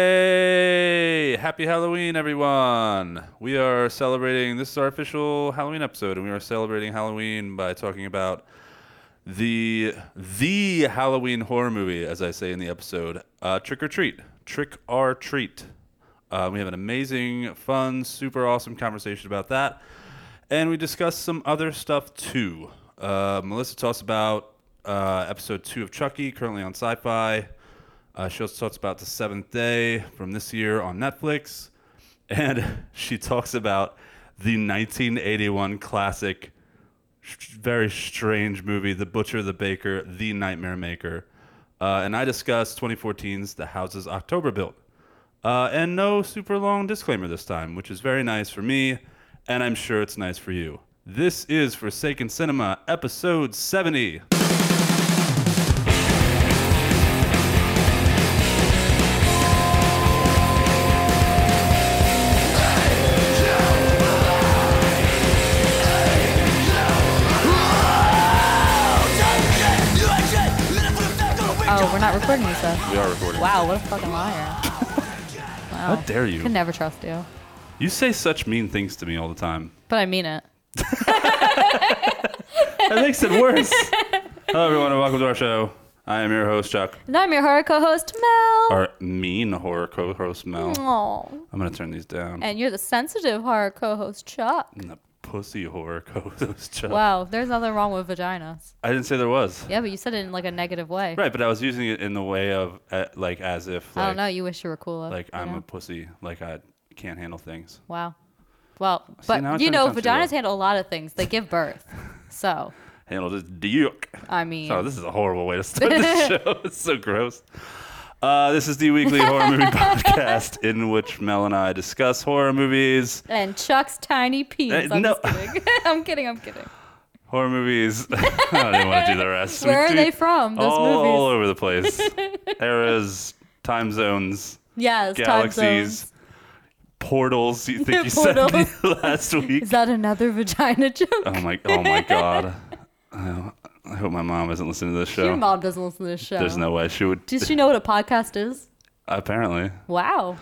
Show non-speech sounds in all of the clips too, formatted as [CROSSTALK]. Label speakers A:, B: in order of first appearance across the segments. A: Hey, happy Halloween, everyone. We are celebrating, this is our official Halloween episode, and we are celebrating Halloween by talking about the the Halloween horror movie, as I say in the episode, uh, Trick or Treat, Trick or Treat. Uh, we have an amazing, fun, super awesome conversation about that, and we discuss some other stuff too. Uh, Melissa talks about uh, episode two of Chucky, currently on Sci-Fi. Uh, she also talks about the Seventh Day from this year on Netflix, [LAUGHS] and she talks about the 1981 classic sh- very strange movie, The Butcher, the Baker, The Nightmare Maker. Uh, and I discussed 2014's The Houses October Built. Uh, and no super long disclaimer this time, which is very nice for me, and I'm sure it's nice for you. This is Forsaken Cinema, episode 70.
B: Oh, we're not recording this stuff.
A: We are recording.
B: Wow, what a fucking liar.
A: How dare you?
B: Can never trust you.
A: You say such mean things to me all the time.
B: But I mean it.
A: That makes it worse. [LAUGHS] Hello, everyone, and welcome to our show. I am your host, Chuck,
B: And I'm your horror co-host, Mel.
A: our mean horror co host, Mel.
B: Oh. Aw.
A: I'm gonna turn these down.
B: And you're the sensitive horror co-host, Chuck.
A: And the pussy horror co-host Chuck.
B: Wow, there's nothing wrong with vaginas.
A: I didn't say there was.
B: Yeah, but you said it in like a negative way.
A: Right, but I was using it in the way of uh, like as if like
B: I don't know. You wish you were cooler.
A: like
B: you
A: I'm
B: know?
A: a pussy, like I can't handle things.
B: Wow. Well,
A: now I
B: but you
A: turned it
B: know,
A: down too low.
B: vaginas handle a lot of things. They give birth. So,
A: Handle this dick.
B: I mean,
A: Sorry, this is a horrible way to
B: [LAUGHS]
A: start the show. [LAUGHS] It's so gross. Uh, this is the weekly horror
B: [LAUGHS]
A: movie podcast in which Mel and I discuss horror movies,
B: and Chuck's tiny penis.
A: Uh,
B: I'm
A: no.
B: just kidding. [LAUGHS] I'm kidding. I'm kidding.
A: horror movies. [LAUGHS] I didn't want to do the rest.
B: Where
A: We
B: are
A: do
B: they from? Those
A: all,
B: movies.
A: all over the
B: [LAUGHS]
A: place. Eras, time zones.
B: Yes. time zones.
A: galaxies, portals. You think you said
B: Portals.
A: [LAUGHS] last week?
B: [LAUGHS] Is that another vagina joke?
A: Oh my! Oh
B: [LAUGHS]
A: my God! Oh, I hope my mom isn't listening to this show.
B: Your mom doesn't listen to this show.
A: There's no way she would.
B: Does she know what a podcast is?
A: Apparently.
B: Wow.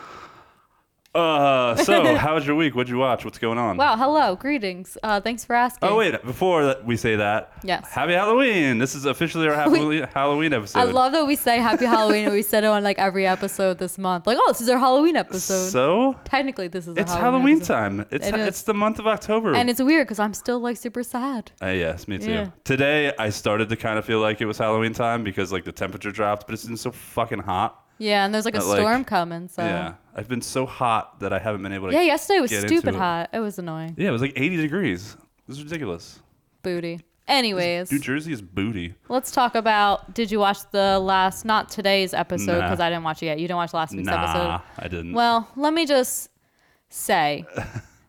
A: Uh,
B: [LAUGHS]
A: so how was your week? What'd you watch? What's going on?
B: Wow. Hello. Greetings. Uh, thanks for asking.
A: Oh wait! Before that, we say that.
B: Yes.
A: Happy Halloween! This is
B: [LAUGHS]
A: officially our Halloween, Halloween episode.
B: I love that we say Happy Halloween and we said it on like every episode this month. Like, oh, this is our Halloween episode.
A: So
B: Technically, this is a
A: it's Halloween,
B: episode.
A: time. It's
B: It is.
A: it's the month of October.
B: And it's weird because I'm still like super sad.
A: Uh, yes, me too.
B: Yeah.
A: Today I started to kind of feel like it was Halloween time because like the temperature dropped, but it's been so fucking hot.
B: Yeah, and there's like a
A: But, like,
B: storm coming. So
A: Yeah, I've been so hot that I haven't been able to.
B: Yeah, yesterday was
A: get into
B: stupid
A: it.
B: hot. It was annoying.
A: Yeah, it was like 80 degrees. This is ridiculous.
B: Booty.
A: New
B: Anyways,
A: Jersey is booty.
B: let's talk about did you watch the last, not today's episode
A: Nah.
B: because I didn't watch it yet. You didn't watch last week's
A: nah,
B: episode.
A: I didn't.
B: Well, let me just
A: [LAUGHS]
B: say,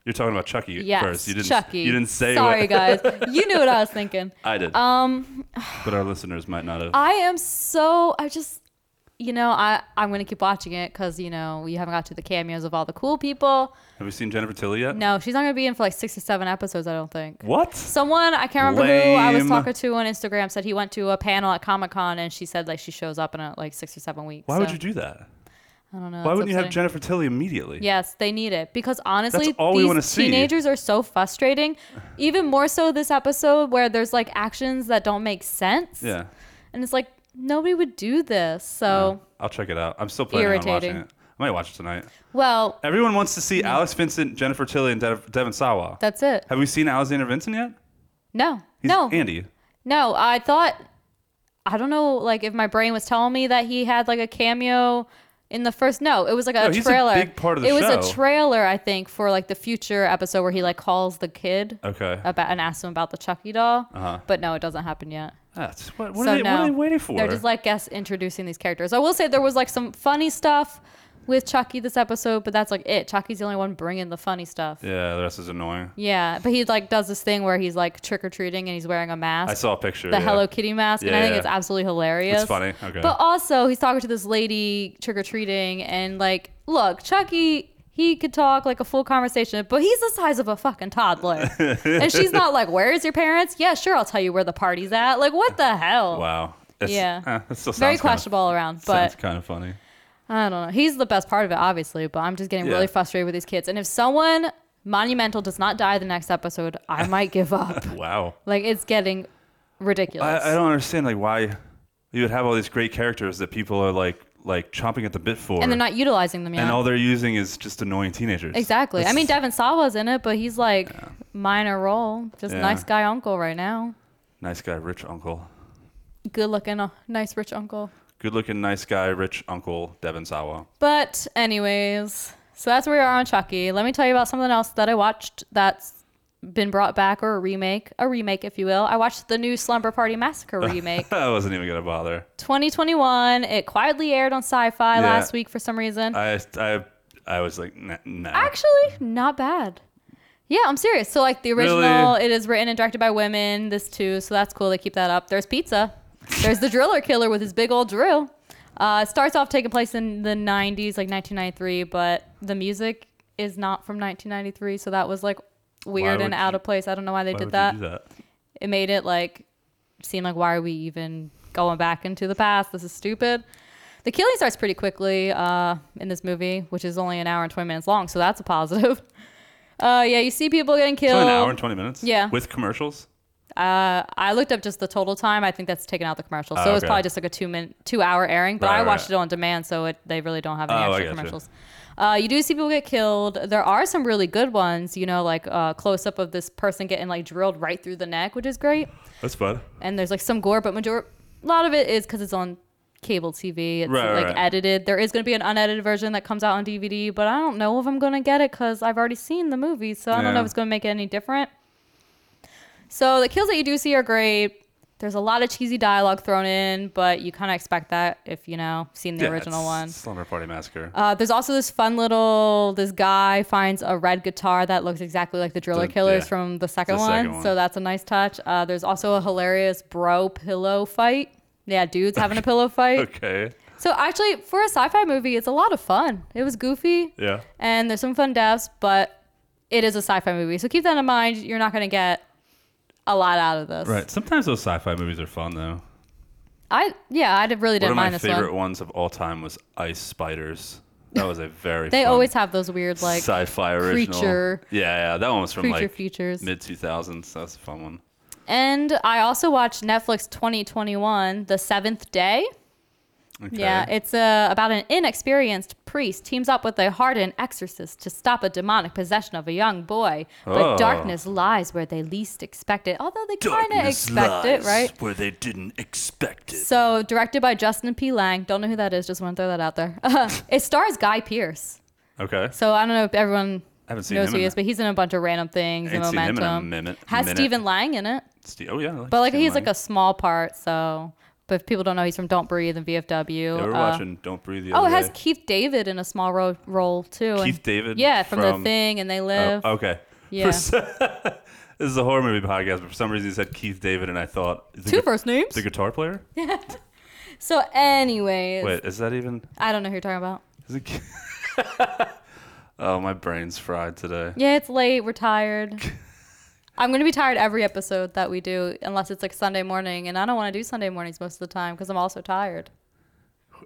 A: You're talking about Chucky
B: yes,
A: first. You didn't.
B: Chucky.
A: You didn't say.
B: Sorry,
A: what,
B: guys. You knew what
A: [LAUGHS]
B: I was thinking.
A: I did.
B: Um, Uh,
A: but our listeners might not have.
B: I am so. I just, you know, I I'm gonna keep watching it because you know we haven't got to the cameos of all the cool people.
A: Have you seen Jennifer Tilly yet?
B: No, she's not gonna be in for like 67 episodes. I don't think.
A: What?
B: Someone I can't remember who I was
A: Lame.
B: talking to on Instagram said he went to a panel at Comic Con and she said like she shows up in uh, like six or seven weeks.
A: Why would
B: so
A: you do that?
B: I don't know.
A: Why
B: it's
A: wouldn't you have
B: upsetting.
A: Jennifer Tilly immediately?
B: Yes, they need it because honestly,
A: That's all we wanna
B: these
A: see.
B: teenagers are so frustrating. Even more so this episode where there's like actions that don't make sense.
A: Yeah.
B: And it's like nobody would do this. So,
A: I'll check it out. I'm still planning on watching
B: Irritating. Mm.
A: it. I might watch it tonight.
B: well,
A: Everyone wants to see Alex Vincent, Jennifer Tilly, and Dev- Devin Sawa.
B: that's it.
A: Have we seen Alexander Vincent yet?
B: No.
A: He's
B: no.
A: Andy.
B: no, I thought I don't know like if my brain was telling me that he had like a cameo in the first no, it was like a
A: No, he's a
B: trailer.
A: big part of the
B: it was
A: show.
B: a trailer, I think, for like the future episode where he like calls the kid
A: Okay.
B: about and asks him about the Chucky doll.
A: Uh-huh.
B: But no, it doesn't happen yet.
A: That's, what, what,
B: so
A: are they,
B: no,
A: what are they waiting for?
B: They're just like us introducing these characters. I will say there was like some funny stuff with Chucky this episode, but that's like it. Chucky's the only one bringing the funny stuff. Yeah,
A: yeah, the rest is annoying.
B: but he like does this thing where he's like trick or treating and he's wearing a mask.
A: I saw a picture.
B: the
A: yeah.
B: Hello Kitty mask, and
A: Yeah,
B: I think
A: yeah.
B: it's absolutely hilarious.
A: It's funny. Okay.
B: But also, he's talking to this lady trick or treating, and like, look, Chucky, he could talk like a full conversation, but he's the size of a
A: [LAUGHS]
B: fucking toddler. and she's not like, "Where's your parents?" Yeah, sure, I'll tell you where the party's at. Like, what the hell?
A: wow. It's,
B: Yeah.
A: eh, it still
B: Very
A: sounds kinda-
B: questionable all around,
A: sounds
B: but
A: kind of funny.
B: I don't know. He's the best part of it, obviously, but I'm just getting
A: Yeah.
B: really frustrated with these kids. And if someone monumental does not die the next episode,
A: [LAUGHS]
B: I might give up.
A: Wow.
B: Like it's getting ridiculous.
A: I, I don't understand like why you would have all these great characters that people are like like chomping at the bit for,
B: and they're not utilizing them yet.
A: and all they're using is just annoying teenagers.
B: exactly. I
A: That's-
B: mean, Devin Sawa's in it, but he's like minor role, just
A: Yeah.
B: nice guy uncle right now.
A: nice guy, rich uncle,
B: Good looking, uh, nice rich uncle.
A: good looking, nice guy, rich uncle, Devin Sawa. [LAUGHS]
B: But anyways, so that's where we are on Chucky. Let me tell you about something else that I watched that's been brought back or a remake, a remake if you will. I watched the new Slumber Party Massacre remake.
A: I wasn't even gonna bother.
B: 2021. It quietly aired on Sci-Fi
A: Yeah.
B: last week for some reason.
A: I I I was like, nah. nah.
B: Actually, not bad. Yeah, I'm serious. So like the original, it is written and directed by women. This too, so that's cool. They keep that up. There's pizza.
A: [LAUGHS]
B: There's the driller killer with his big old drill. Uh, it starts off taking place in the 90s, like 1993, but the music is not from 1993, so that was like weird
A: Why
B: and
A: would
B: out
A: you-
B: of place. I don't know why they
A: Why
B: did
A: would
B: that.
A: you do that?
B: it made it like seem like why are we even going back into the past this is stupid the killing starts pretty quickly uh, in this movie which is only an hour and 20 minutes long so that's a positive [LAUGHS] uh, yeah you see people getting
A: So
B: killed
A: an hour and twenty minutes.
B: Yeah.
A: With commercials.
B: uh, i looked up just the total time i think that's taken out the commercial so
A: Oh,
B: it was
A: okay.
B: probably just like a two minute two hour airing but
A: Right,
B: i
A: right,
B: watched
A: right.
B: it on demand so it, they really don't have any
A: Oh, I
B: extra
A: gotcha.
B: commercials uh, you do see people get killed there are some really good ones you know like uh, close up of this person getting like drilled right through the neck which is great
A: That's fun.
B: and there's like some gore, but major a lot of it is because it's on cable TV. It's
A: Right,
B: like
A: right.
B: edited. There is going to be an unedited version that comes out on DVD, but I don't know if I'm going to get it because I've already seen the movie, so I don't know
A: Yeah.
B: if it's going to make it any different. So the kills that you do see are great. There's a lot of cheesy dialogue thrown in, but you kind of expect that if you know seen the
A: Yeah,
B: original
A: it's
B: one.
A: Slumber Party Massacre.
B: Uh, there's also this fun little this guy finds a red guitar that looks exactly like the driller
A: The-
B: killers
A: yeah.
B: from the second,
A: The
B: one,
A: second one.
B: so that's a nice touch uh, there's also a hilarious bro pillow fight yeah dudes having a pillow fight
A: okay.
B: so actually for a sci-fi movie it's a lot of fun it was goofy
A: Yeah.
B: and there's some fun deaths but it is a sci-fi movie so keep that in mind you're not going to get a lot out of this
A: Right. Sometimes those sci-fi movies are fun though.
B: i yeah i did- really
A: One
B: didn't
A: of my
B: mind this
A: favorite
B: one
A: ones of all time was Ice Spiders. That was a very
B: [LAUGHS] they
A: fun
B: always have those weird like
A: sci-fi original.
B: creature-
A: Yeah, yeah, that one was from
B: creature
A: like
B: features
A: mid 2000s. That's a fun one.
B: And I also watched Netflix 2021, The Seventh Day.
A: Okay.
B: Yeah, it's uh, about an inexperienced priest teams up with a hardened exorcist to stop a demonic possession of a young boy. But
A: Oh.
B: darkness lies where they least expect it, although they kind of expect it, right?
A: Where they didn't expect it.
B: So, directed by Justin P. Lang. Don't know who that is, just want to throw that out there. [LAUGHS] it stars Guy Pierce.
A: Okay.
B: So, I don't know if everyone
A: Haven't seen
B: knows
A: him
B: who
A: in
B: he
A: a-
B: is, but he's in a bunch of random things and
A: Ain't seen him in a
B: momentum.
A: minute-
B: Has
A: minute.
B: Stephen Lang in it.
A: Ste- oh yeah. I
B: But like
A: Stephen
B: he's
A: Lang.
B: like a small part, so but if people don't know he's from Don't Breathe and VFW.
A: Yeah, we were
B: uh,
A: watching Don't Breathe the
B: Oh, it
A: other
B: has
A: day.
B: Keith David in a small ro- role too. and-
A: Keith David
B: Yeah, from,
A: from-
B: The Thing and They
A: Oh,
B: Live.
A: okay.
B: Yeah.
A: For s- [LAUGHS] this is a horror movie podcast, but for some reason he said Keith David, and I thought the
B: Two
A: gu-
B: first names.
A: the guitar player.
B: So, anyways,
A: Wait, is that even?
B: I don't know who you're talking about.
A: Is it? Ke- [LAUGHS] oh, my brain's fried today.
B: Yeah, it's late.
A: [LAUGHS]
B: We're tired. I'm gonna be tired every episode that we do, unless it's like Sunday morning, and I don't want to do Sunday mornings most of the time because I'm also tired.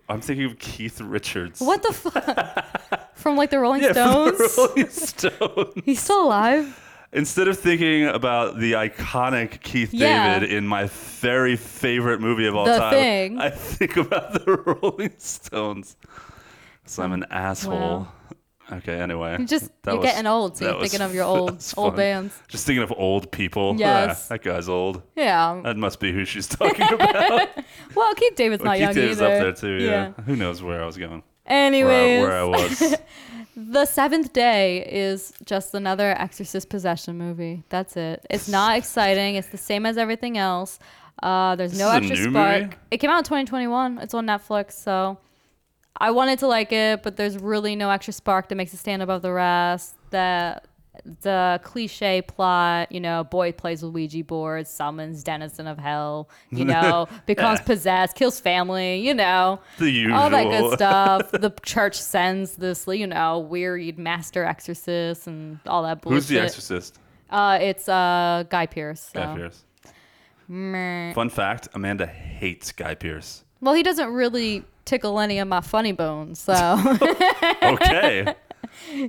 A: I'm thinking of Keith Richards.
B: What the fuck? [LAUGHS] from like the
A: [LAUGHS]
B: Rolling
A: Yeah, from
B: Stones?
A: the Rolling Stones.
B: He's still alive.
A: Instead of thinking about the iconic Keith
B: Yeah.
A: David in my very favorite movie of all
B: The
A: time,
B: Thing.
A: I think about the [LAUGHS] Rolling Stones. So I'm an asshole.
B: Wow.
A: Okay, anyway.
B: You just
A: That
B: you're
A: was-
B: getting old, so
A: that
B: you're
A: was-
B: thinking of your
A: that [LAUGHS]
B: old
A: was
B: old
A: fun.
B: bands.
A: Just thinking of old people.
B: Yes.
A: Ah, that guy's old.
B: Yeah.
A: That must be who
B: [LAUGHS]
A: she's talking about.
B: Well, Keith David's not
A: Keith
B: young
A: David's
B: either.
A: up there too. Yeah. Who knows where I was going?
B: Anyways,
A: Where I, where I
B: [LAUGHS]
A: was.
B: the seventh day is just another Exorcist possession movie. That's it.
A: [LAUGHS]
B: It's not exciting. It's the same as everything else. Uh, there's no
A: is a
B: extra
A: new
B: spark.
A: movie?
B: It came out in 2021. It's on Netflix, so I wanted to like it, but there's really no extra spark that makes it stand above the rest. The the cliche plot, you know, boy plays with Ouija boards, summons denizen of hell,
A: [LAUGHS]
B: you know, becomes possessed, kills family, you know
A: the usual.
B: all that
A: [LAUGHS]
B: good stuff. the church sends this, you know, wearied master exorcist and all that bullshit.
A: Who's the exorcist?
B: Uh, it's uh, Guy Pierce. So.
A: Guy Pierce.
B: Meh.
A: Fun fact Amanda hates Guy Pierce.
B: Well, he doesn't really tickle any of my funny bones. So, [LAUGHS]
A: Okay.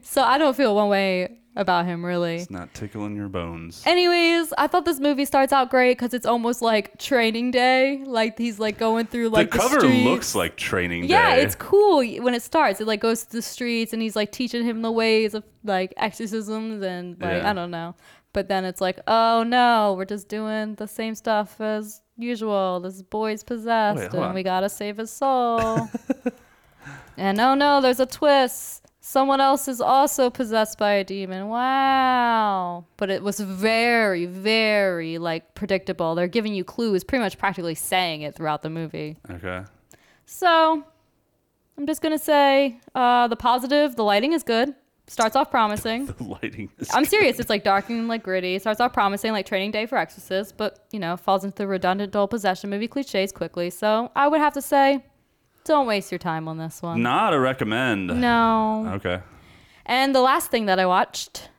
B: so I don't feel one way about him really.
A: it's not tickling your bones.
B: Anyways, I thought this movie starts out great because it's almost like training day. Like he's like going through like
A: the
B: the,
A: cover
B: streets.
A: looks like training
B: Yeah,
A: day.
B: it's cool when it starts. It like goes to the streets and he's like teaching him the ways of like exorcisms and like
A: Yeah.
B: I don't know. But then it's like, oh no, we're just doing the same stuff as usual. This boy's possessed
A: Wait, hold
B: and
A: on.
B: we gotta save
A: [LAUGHS]
B: his soul. and oh no, there's a twist. Someone else is also possessed by a demon. Wow. But it was very, very like predictable. They're giving you clues, pretty much practically saying it throughout the movie.
A: okay.
B: So I'm just gonna say uh, the positive. The lighting is good. Starts off promising.
A: The lighting is
B: I'm serious. It's like dark and like gritty. Starts off promising, like Training Day for Exorcists, but you know falls into the redundant dull possession movie cliches quickly. So I would have to say, don't waste your time on this one.
A: not a recommend.
B: No.
A: Okay.
B: And the last thing that I watched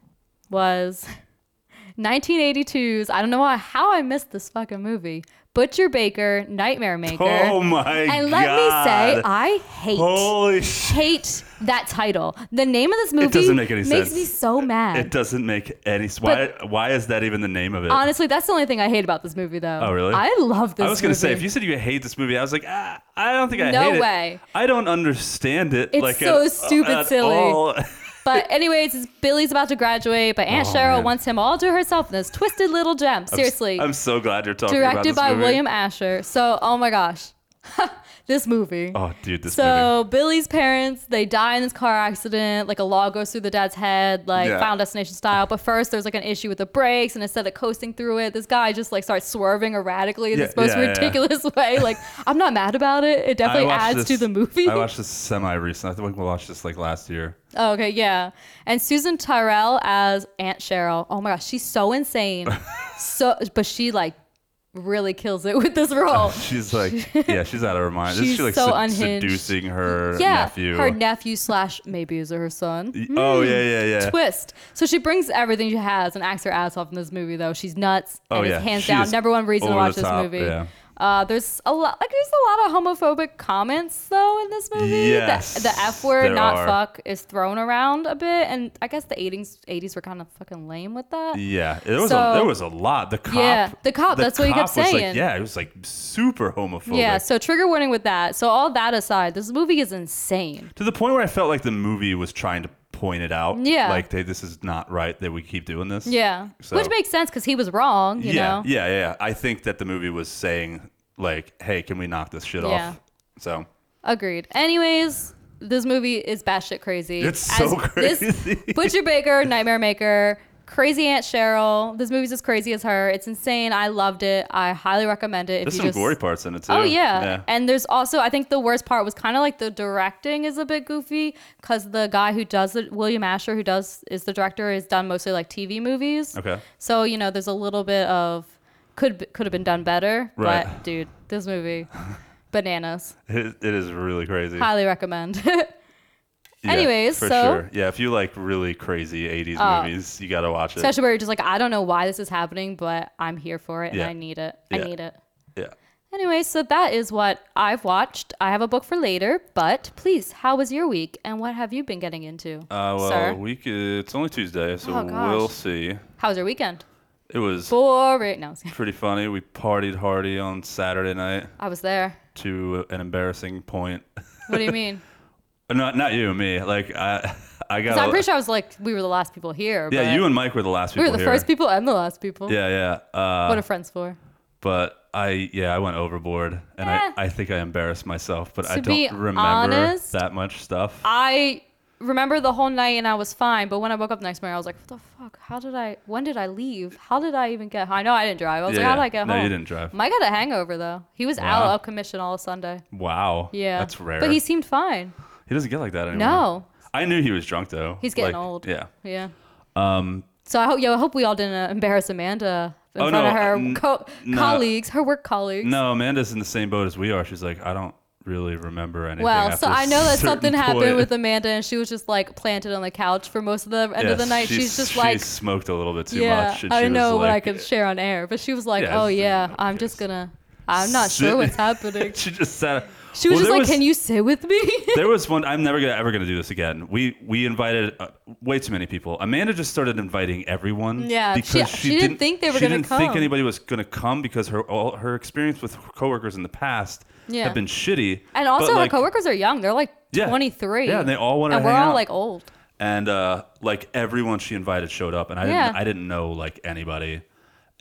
B: was [LAUGHS] 1982's. I don't know why- how I missed this fucking movie. Butcher Baker, Nightmare Maker.
A: Oh my god.
B: and let me say, I hate
A: Holy shit.
B: hate that title. The name of this movie
A: doesn't make any
B: makes
A: sense.
B: me so mad.
A: It doesn't make any s- why why is that even the name of it?
B: Honestly, that's the only thing I hate about this movie, though.
A: Oh, really?
B: I love this.
A: I was going to say
B: movie.
A: if you said you hate this movie, I was like, ah, I don't think I
B: No
A: hate it.
B: way.
A: I don't understand it
B: It's
A: like
B: so
A: at-
B: stupid
A: at
B: silly.
A: all. [LAUGHS]
B: But anyways, it's- Billy's about to graduate, but Aunt
A: Oh,
B: Cheryl
A: man.
B: wants him all to herself in this twisted little gem. Seriously,
A: I'm so glad you're talking about
B: directed
A: this
B: by
A: movie.
B: William Asher. So, oh my gosh, [LAUGHS] this movie.
A: Oh, dude, this
B: So Billy's parents, they die in this car accident. Like a log goes through the dad's head, like
A: Yeah.
B: Final Destination style. But first, there's like an issue with the brakes, and instead of coasting through it, this guy just like starts swerving erratically in
A: Yeah,
B: this most
A: yeah, yeah.
B: ridiculous [LAUGHS] way. Like I'm not mad about it. It
A: movie.
B: definitely
A: [LAUGHS] I watched
B: adds
A: this-
B: to the movie.
A: I watched this semi recent. I think we watched this like last year.
B: Oh, [LAUGHS] okay, yeah. And Susan Tyrell as Aunt Cheryl. Oh my gosh, she's
A: [LAUGHS]
B: so insane. so, but she like really kills it with this role. [LAUGHS]
A: She's like, yeah, she's out of her mind. She's
B: She's
A: she like
B: so
A: sed-
B: unhinged.
A: seducing [LAUGHS] her
B: yeah,
A: nephew.
B: her Mm, nephew slash maybe is it her son.
A: oh yeah, yeah, yeah.
B: twist. So she brings everything she has and acts her ass off in this movie, though. She's nuts.
A: Oh,
B: and
A: yeah.
B: It's hands
A: She
B: down
A: is
B: number one reason to
A: over the
B: watch this
A: top,
B: movie.
A: yeah.
B: Uh, there's a lot, like there's a lot of homophobic comments though in this movie. The-
A: Yes,
B: the, f word,
A: there
B: not
A: are.
B: fuck, is thrown around a bit, and I guess the 80s 80s were kind of fucking lame with that.
A: Yeah, there was
B: So-
A: a, there was a lot. The cop,
B: Yeah, the cop, that's what he kept
A: cop was, like,
B: saying.
A: yeah, it was like super homophobic.
B: Yeah, so trigger warning with that. So all that aside, this movie is insane.
A: to the point where I felt like the movie was trying to point it out.
B: Yeah.
A: like hey, this is not right that we keep doing this.
B: Yeah,
A: So-
B: which makes sense because he was wrong. You
A: yeah,
B: know.
A: yeah, yeah, yeah. I think that the movie was saying like, hey, can we knock this shit
B: Yeah.
A: off? So
B: Agreed. Anyways, this movie is batshit crazy.
A: It's so
B: this-
A: crazy. [LAUGHS]
B: Butcher Baker, Nightmare Maker, Crazy Aunt Cheryl. This movie's as crazy as her. It's insane. I loved it. I highly recommend it. If
A: there's
B: you
A: some
B: just-
A: glory parts in it too.
B: Oh yeah. and there's also I think the worst part was kind of like the directing is a bit goofy because the guy who does it, William Asher, who does is the director, has done mostly like TV movies.
A: Okay.
B: So you know, there's a little bit of could be- could have been done better,
A: Right.
B: but dude, this movie, [LAUGHS] bananas.
A: It- it is really crazy.
B: Highly recommend. [LAUGHS]
A: Yeah,
B: Anyways,
A: for
B: so- Uh,
A: sure. yeah, if you like really crazy '80s movies, you gotta watch it.
B: Especially where you're just like, I don't know why this is happening, but I'm here for it and
A: Yeah.
B: I need it. I
A: Yeah.
B: need it.
A: yeah.
B: Anyway, so that is what I've watched. I have a book for later, but please, how was your week and what have you been getting into?
A: Uh, well,
B: sir?
A: we could, it's only Tuesday, so
B: Oh, gosh.
A: we'll see.
B: how was your weekend?
A: It was
B: Boring. No,
A: pretty funny. We partied hardy on Saturday night
B: I was there.
A: to an embarrassing point. [LAUGHS]
B: What do you mean?
A: not not you, me. Like I, [LAUGHS] I
B: 'Cause
A: got.
B: I'm pretty sure I was like, we were the last people here.
A: yeah,
B: but
A: you and Mike were the last
B: we
A: people
B: were the
A: here.
B: first people and the last people.
A: Yeah, yeah. Uh,
B: What are friends for?
A: but I, yeah, I went overboard, and
B: Eh.
A: I, I think I embarrassed myself. But I
B: To be
A: don't remember
B: honest,
A: that much stuff.
B: I remember the whole night and I was fine, but when I woke up the next morning, I was like, what the fuck? How did I, when did I leave? How did I even get home? I know I didn't drive. I was
A: Yeah,
B: like, how did
A: yeah.
B: I get
A: No,
B: home?
A: you didn't drive.
B: Mike got a hangover though. He was
A: Wow.
B: out of commission all Sunday.
A: wow.
B: Yeah.
A: That's rare.
B: But he seemed fine.
A: he doesn't get like that anymore.
B: No.
A: I knew he was drunk though.
B: He's getting
A: Like,
B: old.
A: Yeah.
B: Yeah. Um, so I hope, yeah, I hope we all didn't uh, embarrass Amanda in
A: Oh,
B: front
A: no,
B: of her
A: n-
B: co-
A: no.
B: colleagues, her work colleagues.
A: No, Amanda's in the same boat as we are. She's like, I don't really remember anything.
B: Well,
A: after
B: so
A: a
B: I know that
A: certain
B: something happened
A: point."
B: with Amanda, and she was just like planted on the couch for most of the end of the
A: Yes,
B: night. She's, just like,
A: she smoked a little bit too
B: yeah,
A: much. and
B: I
A: she
B: don't know
A: was
B: what I
A: like- eh,
B: could share on air, but she was like,
A: Yeah,
B: oh
A: it's-
B: yeah,
A: who
B: I'm
A: cares? [LAUGHS]
B: just gonna, I'm not sure what's happening.
A: she just sat.
B: She was
A: Well,
B: just
A: there
B: like,
A: was-
B: "Can you sit with me?" [LAUGHS]
A: there was one. I'm never gonna ever gonna do this again. We we invited uh, way too many people. Amanda just started inviting everyone.
B: Yeah, she-
A: because she,
B: she didn't think they were
A: she
B: gonna
A: didn't think
B: come.
A: anybody was gonna come because her all, her experience with coworkers in the past
B: Yeah.
A: have been shitty.
B: and also,
A: but,
B: her
A: like,
B: coworkers are young; they're like
A: Yeah.
B: 23.
A: Yeah, and they all wanted
B: And
A: to
B: we're
A: hang
B: all
A: out.
B: like old.
A: and uh, like everyone she invited showed up, and I
B: Yeah.
A: didn't I didn't know like anybody,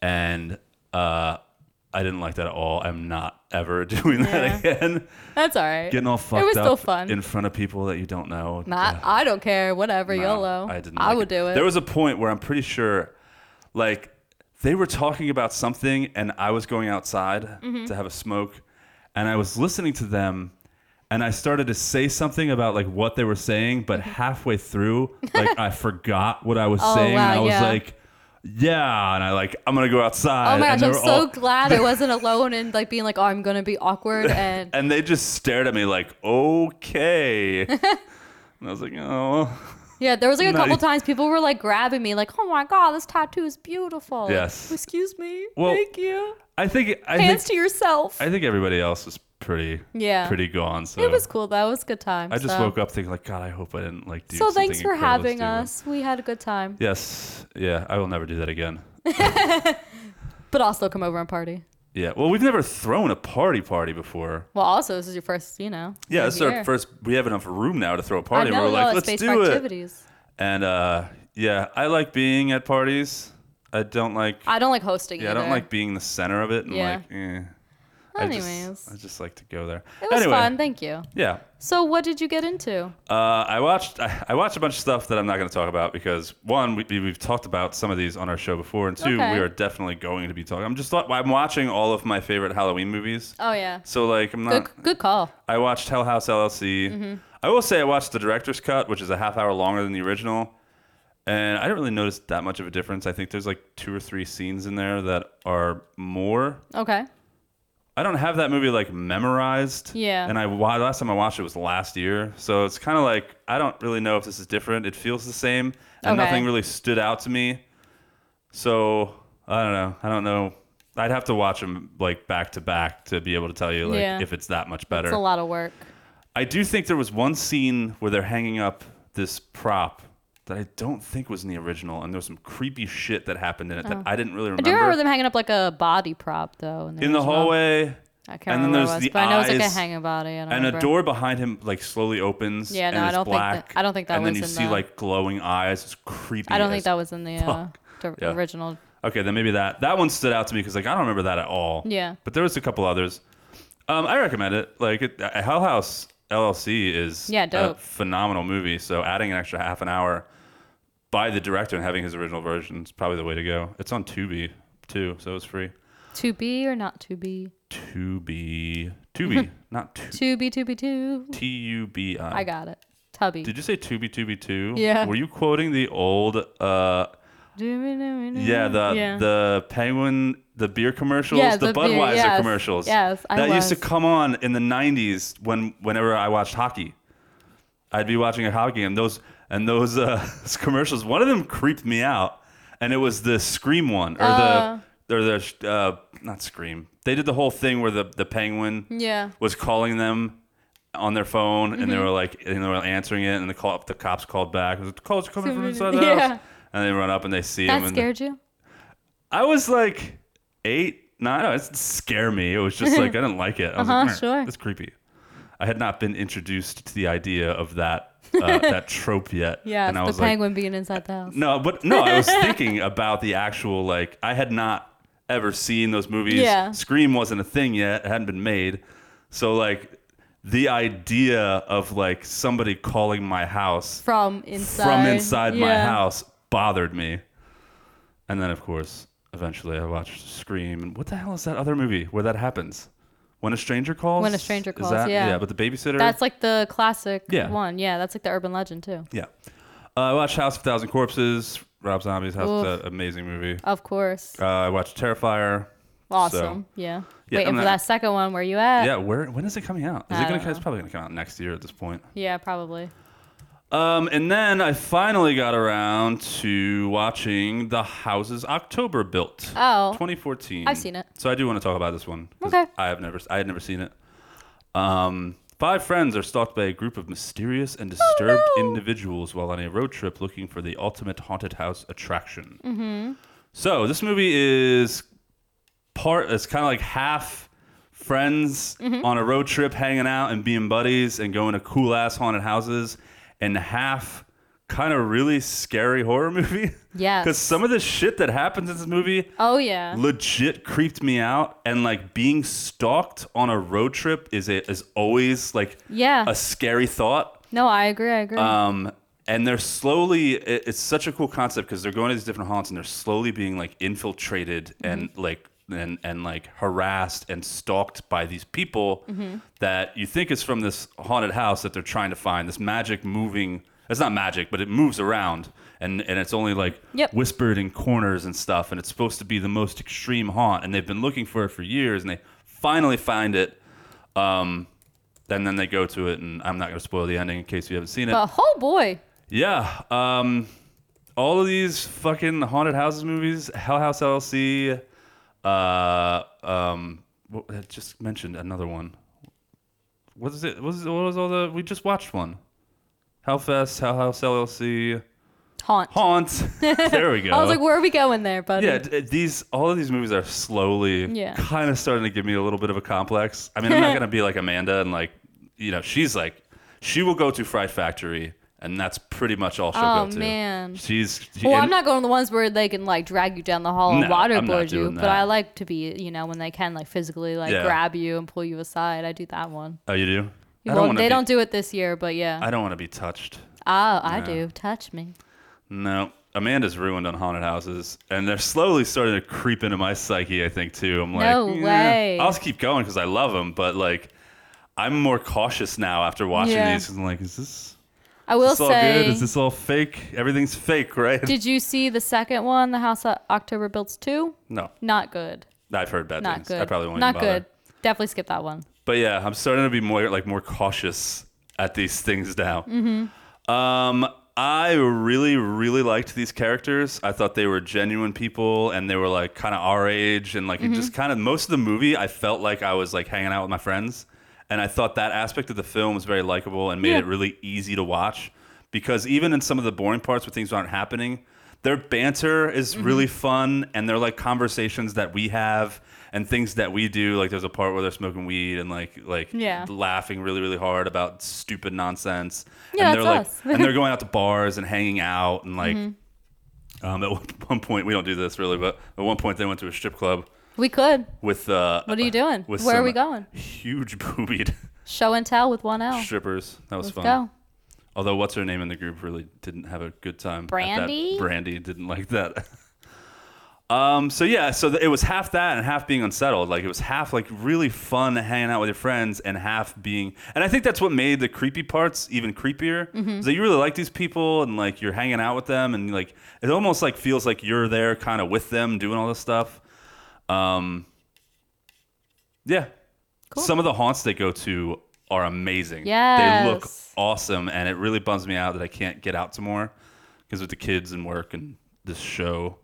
A: and uh, I didn't like that at all. I'm not ever [LAUGHS] doing that again.
B: That's all right.
A: Getting all fucked
B: It was
A: up
B: still fun.
A: in front of people that you don't know.
B: Not, I don't care. Whatever,
A: No,
B: YOLO.
A: I didn't.
B: I
A: like
B: would do it.
A: There was a point where I'm pretty sure, like, they were talking about something, and I was going outside
B: Mm-hmm.
A: to have a smoke, and I was listening to them, and I started to say something about like what they were saying, but halfway through, like, I forgot what I was
B: Mm-hmm. [LAUGHS] Oh,
A: saying,
B: wow,
A: and I was
B: yeah.
A: like. Yeah, and I like I'm gonna go outside.
B: Oh my
A: and
B: gosh,
A: they
B: I'm
A: were
B: so
A: all- [LAUGHS]
B: glad I wasn't alone and like being like, oh, I'm gonna be awkward and
A: and they just stared at me like, okay.
B: [LAUGHS]
A: and I was like, oh,
B: yeah. There was like a
A: No,
B: couple
A: you-
B: times people were like grabbing me, like, oh my god, this tattoo is beautiful.
A: Yes.
B: Excuse me.
A: Well,
B: Thank you.
A: I think I think,
B: Hands to yourself.
A: I think everybody else is pretty
B: Yeah.
A: pretty gone. So
B: it was cool. That was a good time.
A: I just
B: so.
A: woke up thinking like God, I hope I didn't like do.
B: So
A: something
B: thanks for
A: incredibly
B: having
A: stupid.
B: us. We had a good time,
A: Yes, yeah, I will never do that again.
B: but also come over and party.
A: Yeah, well, we've never thrown a party party before.
B: Well, also this is your first, you know.
A: Yeah,
B: you're
A: this is our
B: here.
A: first. We have enough room now to throw a
B: I
A: party.
B: know
A: We're
B: y'all
A: like,
B: at
A: let's
B: Space
A: do
B: for
A: it.
B: activities.
A: And uh, yeah, I like being at parties. I don't like.
B: I don't like hosting
A: Yeah, I
B: either.
A: don't like being the center of it. And
B: Yeah.
A: like, eh. I
B: Anyways.
A: just, I just like to go there.
B: It was
A: anyway,
B: fun. Thank you.
A: Yeah,
B: So what did you get into?
A: Uh, I watched I, I watched a bunch of stuff that I'm not going to talk about because one we, we- we've talked about some of these on our show before and two
B: Okay.
A: we are definitely going to be talking. I'm just thought- I'm watching all of my favorite Halloween movies.
B: Oh yeah.
A: So like I'm not
B: Good, Mm-hmm. good call.
A: I watched Hell House LLC. I will say I watched the director's cut which is a half hour longer than the original and I didn't really notice that much of a difference. I think there's like two or three scenes in there that are more
B: Okay.
A: I don't have that movie like memorized.
B: Yeah.
A: And I wa- last time I watched it was last year, so it's kind of like I don't really know if this is different. It feels the same, and
B: Okay.
A: nothing really stood out to me. So I don't know. I don't know. I'd have to watch them like back to back to be able to tell you like
B: Yeah.
A: if it's that much better.
B: It's a lot of work.
A: I do think there was one scene where they're hanging up this prop that I don't think was in the original, and there was some creepy shit that happened in it that I didn't really
B: Oh. I
A: remember.
B: do remember them hanging up like a body prop though.
A: in the
B: original.
A: hallway.
B: I can't
A: and then
B: remember what
A: there's
B: it was,
A: the
B: but I know it's like a
A: eyes
B: hanging body. I don't
A: and
B: remember.
A: a door behind him like slowly opens.
B: Yeah, no,
A: and
B: I
A: it's
B: don't think that-
A: black,
B: I don't think that
A: And then
B: was
A: you
B: in
A: see
B: the-
A: like glowing eyes. It's creepy.
B: I don't
A: as-
B: think that was in the uh, the
A: Yeah.
B: original.
A: Okay, then maybe that that one stood out to me because like I don't remember that at all.
B: Yeah.
A: But there was a couple others. Um, I recommend it. Like it, uh, Hell House LLC is
B: Yeah,
A: a
B: dope.
A: phenomenal movie. So adding an extra half an hour by the director and having his original version is probably the way to go. It's on Tubi too, so it's free.
B: To be or not to be?
A: Tubi,
B: [LAUGHS]
A: Tubi, not tu-
B: To be, to be, to.
A: T U B I.
B: I got it. Tubby.
A: Did you say Tubi Tubi Two?
B: Yeah.
A: Were you quoting the old uh yeah, the the penguin the beer commercials,
B: Mm-hmm. Yeah,
A: the,
B: the beer,
A: Budweiser
B: yes,
A: commercials.
B: yes, I
A: that used to
B: was.
A: come on in the nineties when whenever I watched hockey. I'd be watching a hockey game. Those and those uh, [LAUGHS] commercials, one of them creeped me out. And it was the Scream one. Or
B: Uh.
A: the or the uh, not Scream. They did the whole thing where the, the penguin
B: Yeah.
A: was calling them on their phone and
B: Mm-hmm.
A: they were like and they were answering it and the call the cops called back the calls are coming from inside the
B: Yeah.
A: house and they run up and they see him
B: That
A: and
B: scared you?
A: I was like eight nine no, it didn't scare me it was just like
B: [LAUGHS]
A: I didn't like it I was
B: Uh-huh,
A: like "Meh,
B: sure.
A: that's creepy I had not been introduced to the idea of that
B: [LAUGHS]
A: uh, that trope yet
B: Yeah,
A: and I
B: the
A: was like
B: penguin being inside the house.
A: no, but no, I was thinking about the actual like I had not ever seen those movies.
B: Yeah.
A: Scream wasn't a thing yet; it hadn't been made. So like the idea of like somebody calling my house
B: From inside.
A: from inside my
B: Yeah.
A: house bothered me. And then of course, eventually I watched Scream. And what the hell is that other movie where that happens? When a stranger calls.
B: When a Stranger
A: Is
B: Calls,
A: that-
B: yeah.
A: Yeah, but the babysitter.
B: That's like the classic
A: Yeah.
B: one. Yeah, that's like the urban legend too.
A: yeah. Uh, I watched House of Thousand Corpses. Rob Zombie's House
B: Oof.
A: is an amazing movie.
B: Of course.
A: Uh, I watched Terrifier.
B: Awesome. yeah.
A: Yeah,
B: Waiting
A: I'm
B: for
A: not-
B: that second one. Where you at?
A: So, yeah, where when is it coming out? Is
B: Uh,
A: it
B: I
A: gonna?
B: don't know.
A: It's probably gonna come out next year at this point.
B: Yeah, probably.
A: Um, and then I finally got around to watching The Houses October Built.
B: Oh.
A: 2014.
B: I've seen it.
A: So I do want to talk about this one. 'cause
B: Okay.
A: I have never. I had never seen it. Um, five friends are stalked by a group of mysterious and disturbed
B: Oh, no.
A: individuals while on a road trip looking for the ultimate haunted house attraction. Mm-hmm. So this movie is part. It's kind of like half friends
B: Mm-hmm.
A: on a road trip, hanging out and being buddies and going to cool ass haunted houses, and half kind of really scary horror [LAUGHS] movie.
B: Yes.
A: Because some of the shit that happens in this movie
B: Oh yeah.
A: legit creeped me out and like being stalked on a road trip is a, is always like
B: Yeah.
A: a scary thought
B: No, I agree. I agree.
A: um and they're slowly it, it's such a cool concept because they're going to these different haunts and they're slowly being like infiltrated
B: Mm-hmm.
A: and like and and like harassed and stalked by these people
B: Mm-hmm.
A: that you think is from this haunted house that they're trying to find this magic moving it's not magic but it moves around and and it's only like
B: Yep.
A: whispered in corners and stuff and it's supposed to be the most extreme haunt and they've been looking for it for years and they finally find it um and then they go to it and i'm not going to spoil the ending in case you haven't seen it
B: but oh boy.
A: yeah. Um, all of these fucking haunted houses movies, Hell House LLC. Uh, um, what, I just mentioned another one. What is it? What, is, what was all the? We just watched one. Hellfest, Hell House LLC,
B: Haunt.
A: Haunt. [LAUGHS] there we go.
B: I was like, where are we going there, buddy?
A: yeah, d- these all of these movies are slowly
B: Yeah.
A: kind of starting to give me a little bit of a complex. I mean, I'm
B: [LAUGHS]
A: not gonna be like Amanda and like, you know, she's like, she will go to Fright Factory, and that's pretty much all she'll
B: Oh,
A: go to.
B: man.
A: she's
B: Well, I'm
A: and-
B: not going to the ones where they can like drag you down the hall
A: No,
B: and
A: I'm not
B: waterboard you,
A: doing
B: but
A: that.
B: I like to be, you know, when they can like physically like
A: Yeah.
B: grab you and pull you aside. I do that one.
A: Oh, you do? I
B: well,
A: wanna
B: they
A: be,
B: don't do it this year, but yeah.
A: I don't want to be touched.
B: oh, I do. Touch me.
A: No, Amanda's ruined on haunted houses, and they're slowly starting to creep into my psyche. I think too. I'm like,
B: No
A: "Eh,
B: way."
A: I'll just keep going because I love them, but like, I'm more cautious now after watching
B: Yeah.
A: these. 'cause I'm like, is this?
B: I will
A: Is this all good?
B: say,
A: Is this all fake? Everything's fake, right?
B: did you see the second one, The House that October Builds 2?
A: no,
B: Not good.
A: I've heard bad
B: Not
A: things.
B: good.
A: I probably won't.
B: Not
A: even bother.
B: good. Definitely skip that one.
A: But yeah, I'm starting to be more like more cautious at these things now. Um, I really, really liked these characters. I thought they were genuine people, and they were like kind of our age, and like it
B: Mm-hmm.
A: just kind of most of the movie. I felt like I was like hanging out with my friends, and I thought that aspect of the film was very likable and made
B: Yeah.
A: it really easy to watch. Because even in some of the boring parts where things aren't happening, their banter is really
B: Mm-hmm.
A: fun, and they're like conversations that we have and things that we do. Like there's a part where they're smoking weed and like like
B: Yeah.
A: laughing really really hard about stupid nonsense
B: Yeah,
A: and they're like
B: that's us. [LAUGHS]
A: and they're going out to bars and hanging out and like
B: Mm-hmm.
A: um, at [LAUGHS] one, one point we don't do this really but at one point they went to a strip club
B: We could.
A: with uh
B: What are you doing?
A: with
B: Where are
A: some
B: we going?
A: huge [LAUGHS] boobied
B: Show and tell with one L.
A: strippers that was
B: Oh. Let's
A: fun
B: go.
A: although what's her name in the group really didn't have a good time at that.
B: Brandy?
A: brandy didn't like that [LAUGHS] um so yeah so th- it was half that and half being unsettled like it was half like really fun hanging out with your friends and half being and i think that's what made the creepy parts even creepier is that you really like these people and like you're hanging out with them and like it almost like feels like you're there kind of with them doing all this stuff um yeah
B: Cool.
A: some of the haunts they go to are amazing they look
B: Yes.
A: awesome and it really bums me out that i can't get out to more because with the kids and work and this show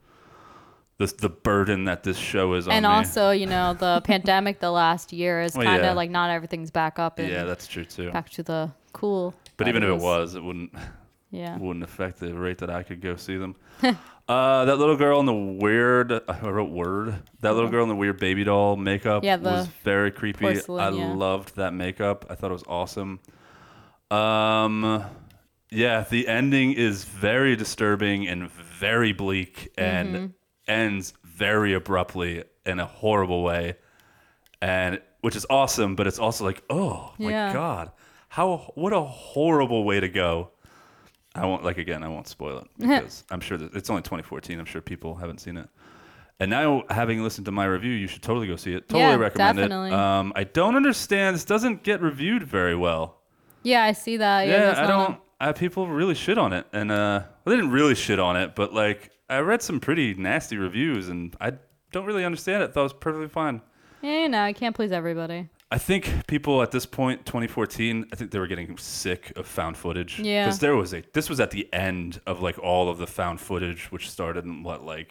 A: this the burden that this show is on
B: and
A: me.
B: also, you know, the [LAUGHS] pandemic the last year is
A: Well,
B: kind of
A: yeah.
B: like not everything's back up and
A: yeah that's true too
B: back to the cool.
A: but
B: that
A: even if it was it wouldn't [LAUGHS]
B: yeah,
A: wouldn't affect the rate that i could go see
B: [LAUGHS]
A: them uh that little girl in the weird i wrote word that little girl in the weird baby doll makeup
B: Uh-huh. Yeah, the
A: was very creepy
B: porcelain,
A: i
B: yeah.
A: loved that makeup i thought it was awesome Um, yeah, the ending is very disturbing and very bleak and
B: Mm-hmm.
A: ends very abruptly in a horrible way, and which is awesome, but it's also like, oh my
B: Yeah.
A: god, how what a horrible way to go. I won't like again. I won't spoil
B: [LAUGHS]
A: it because I'm sure that it's only 2014. I'm sure people haven't seen it. And now, having listened to my review, you should totally go see it. Totally
B: Yeah,
A: recommend
B: definitely.
A: it. Um, I don't understand. This doesn't get reviewed very well.
B: yeah, I see that. Yeah,
A: Yeah,
B: there's
A: I
B: not a-
A: don't. I, people really shit on it, and uh, well, they didn't really shit on it, but like I read some pretty nasty reviews, and I don't really understand it. Thought it was perfectly fine.
B: Yeah, you know, I can't please everybody.
A: I think people at this point, 2014, I think they were getting sick of found footage.
B: Yeah.
A: Because there was a. This was at the end of like all of the found footage, which started in what like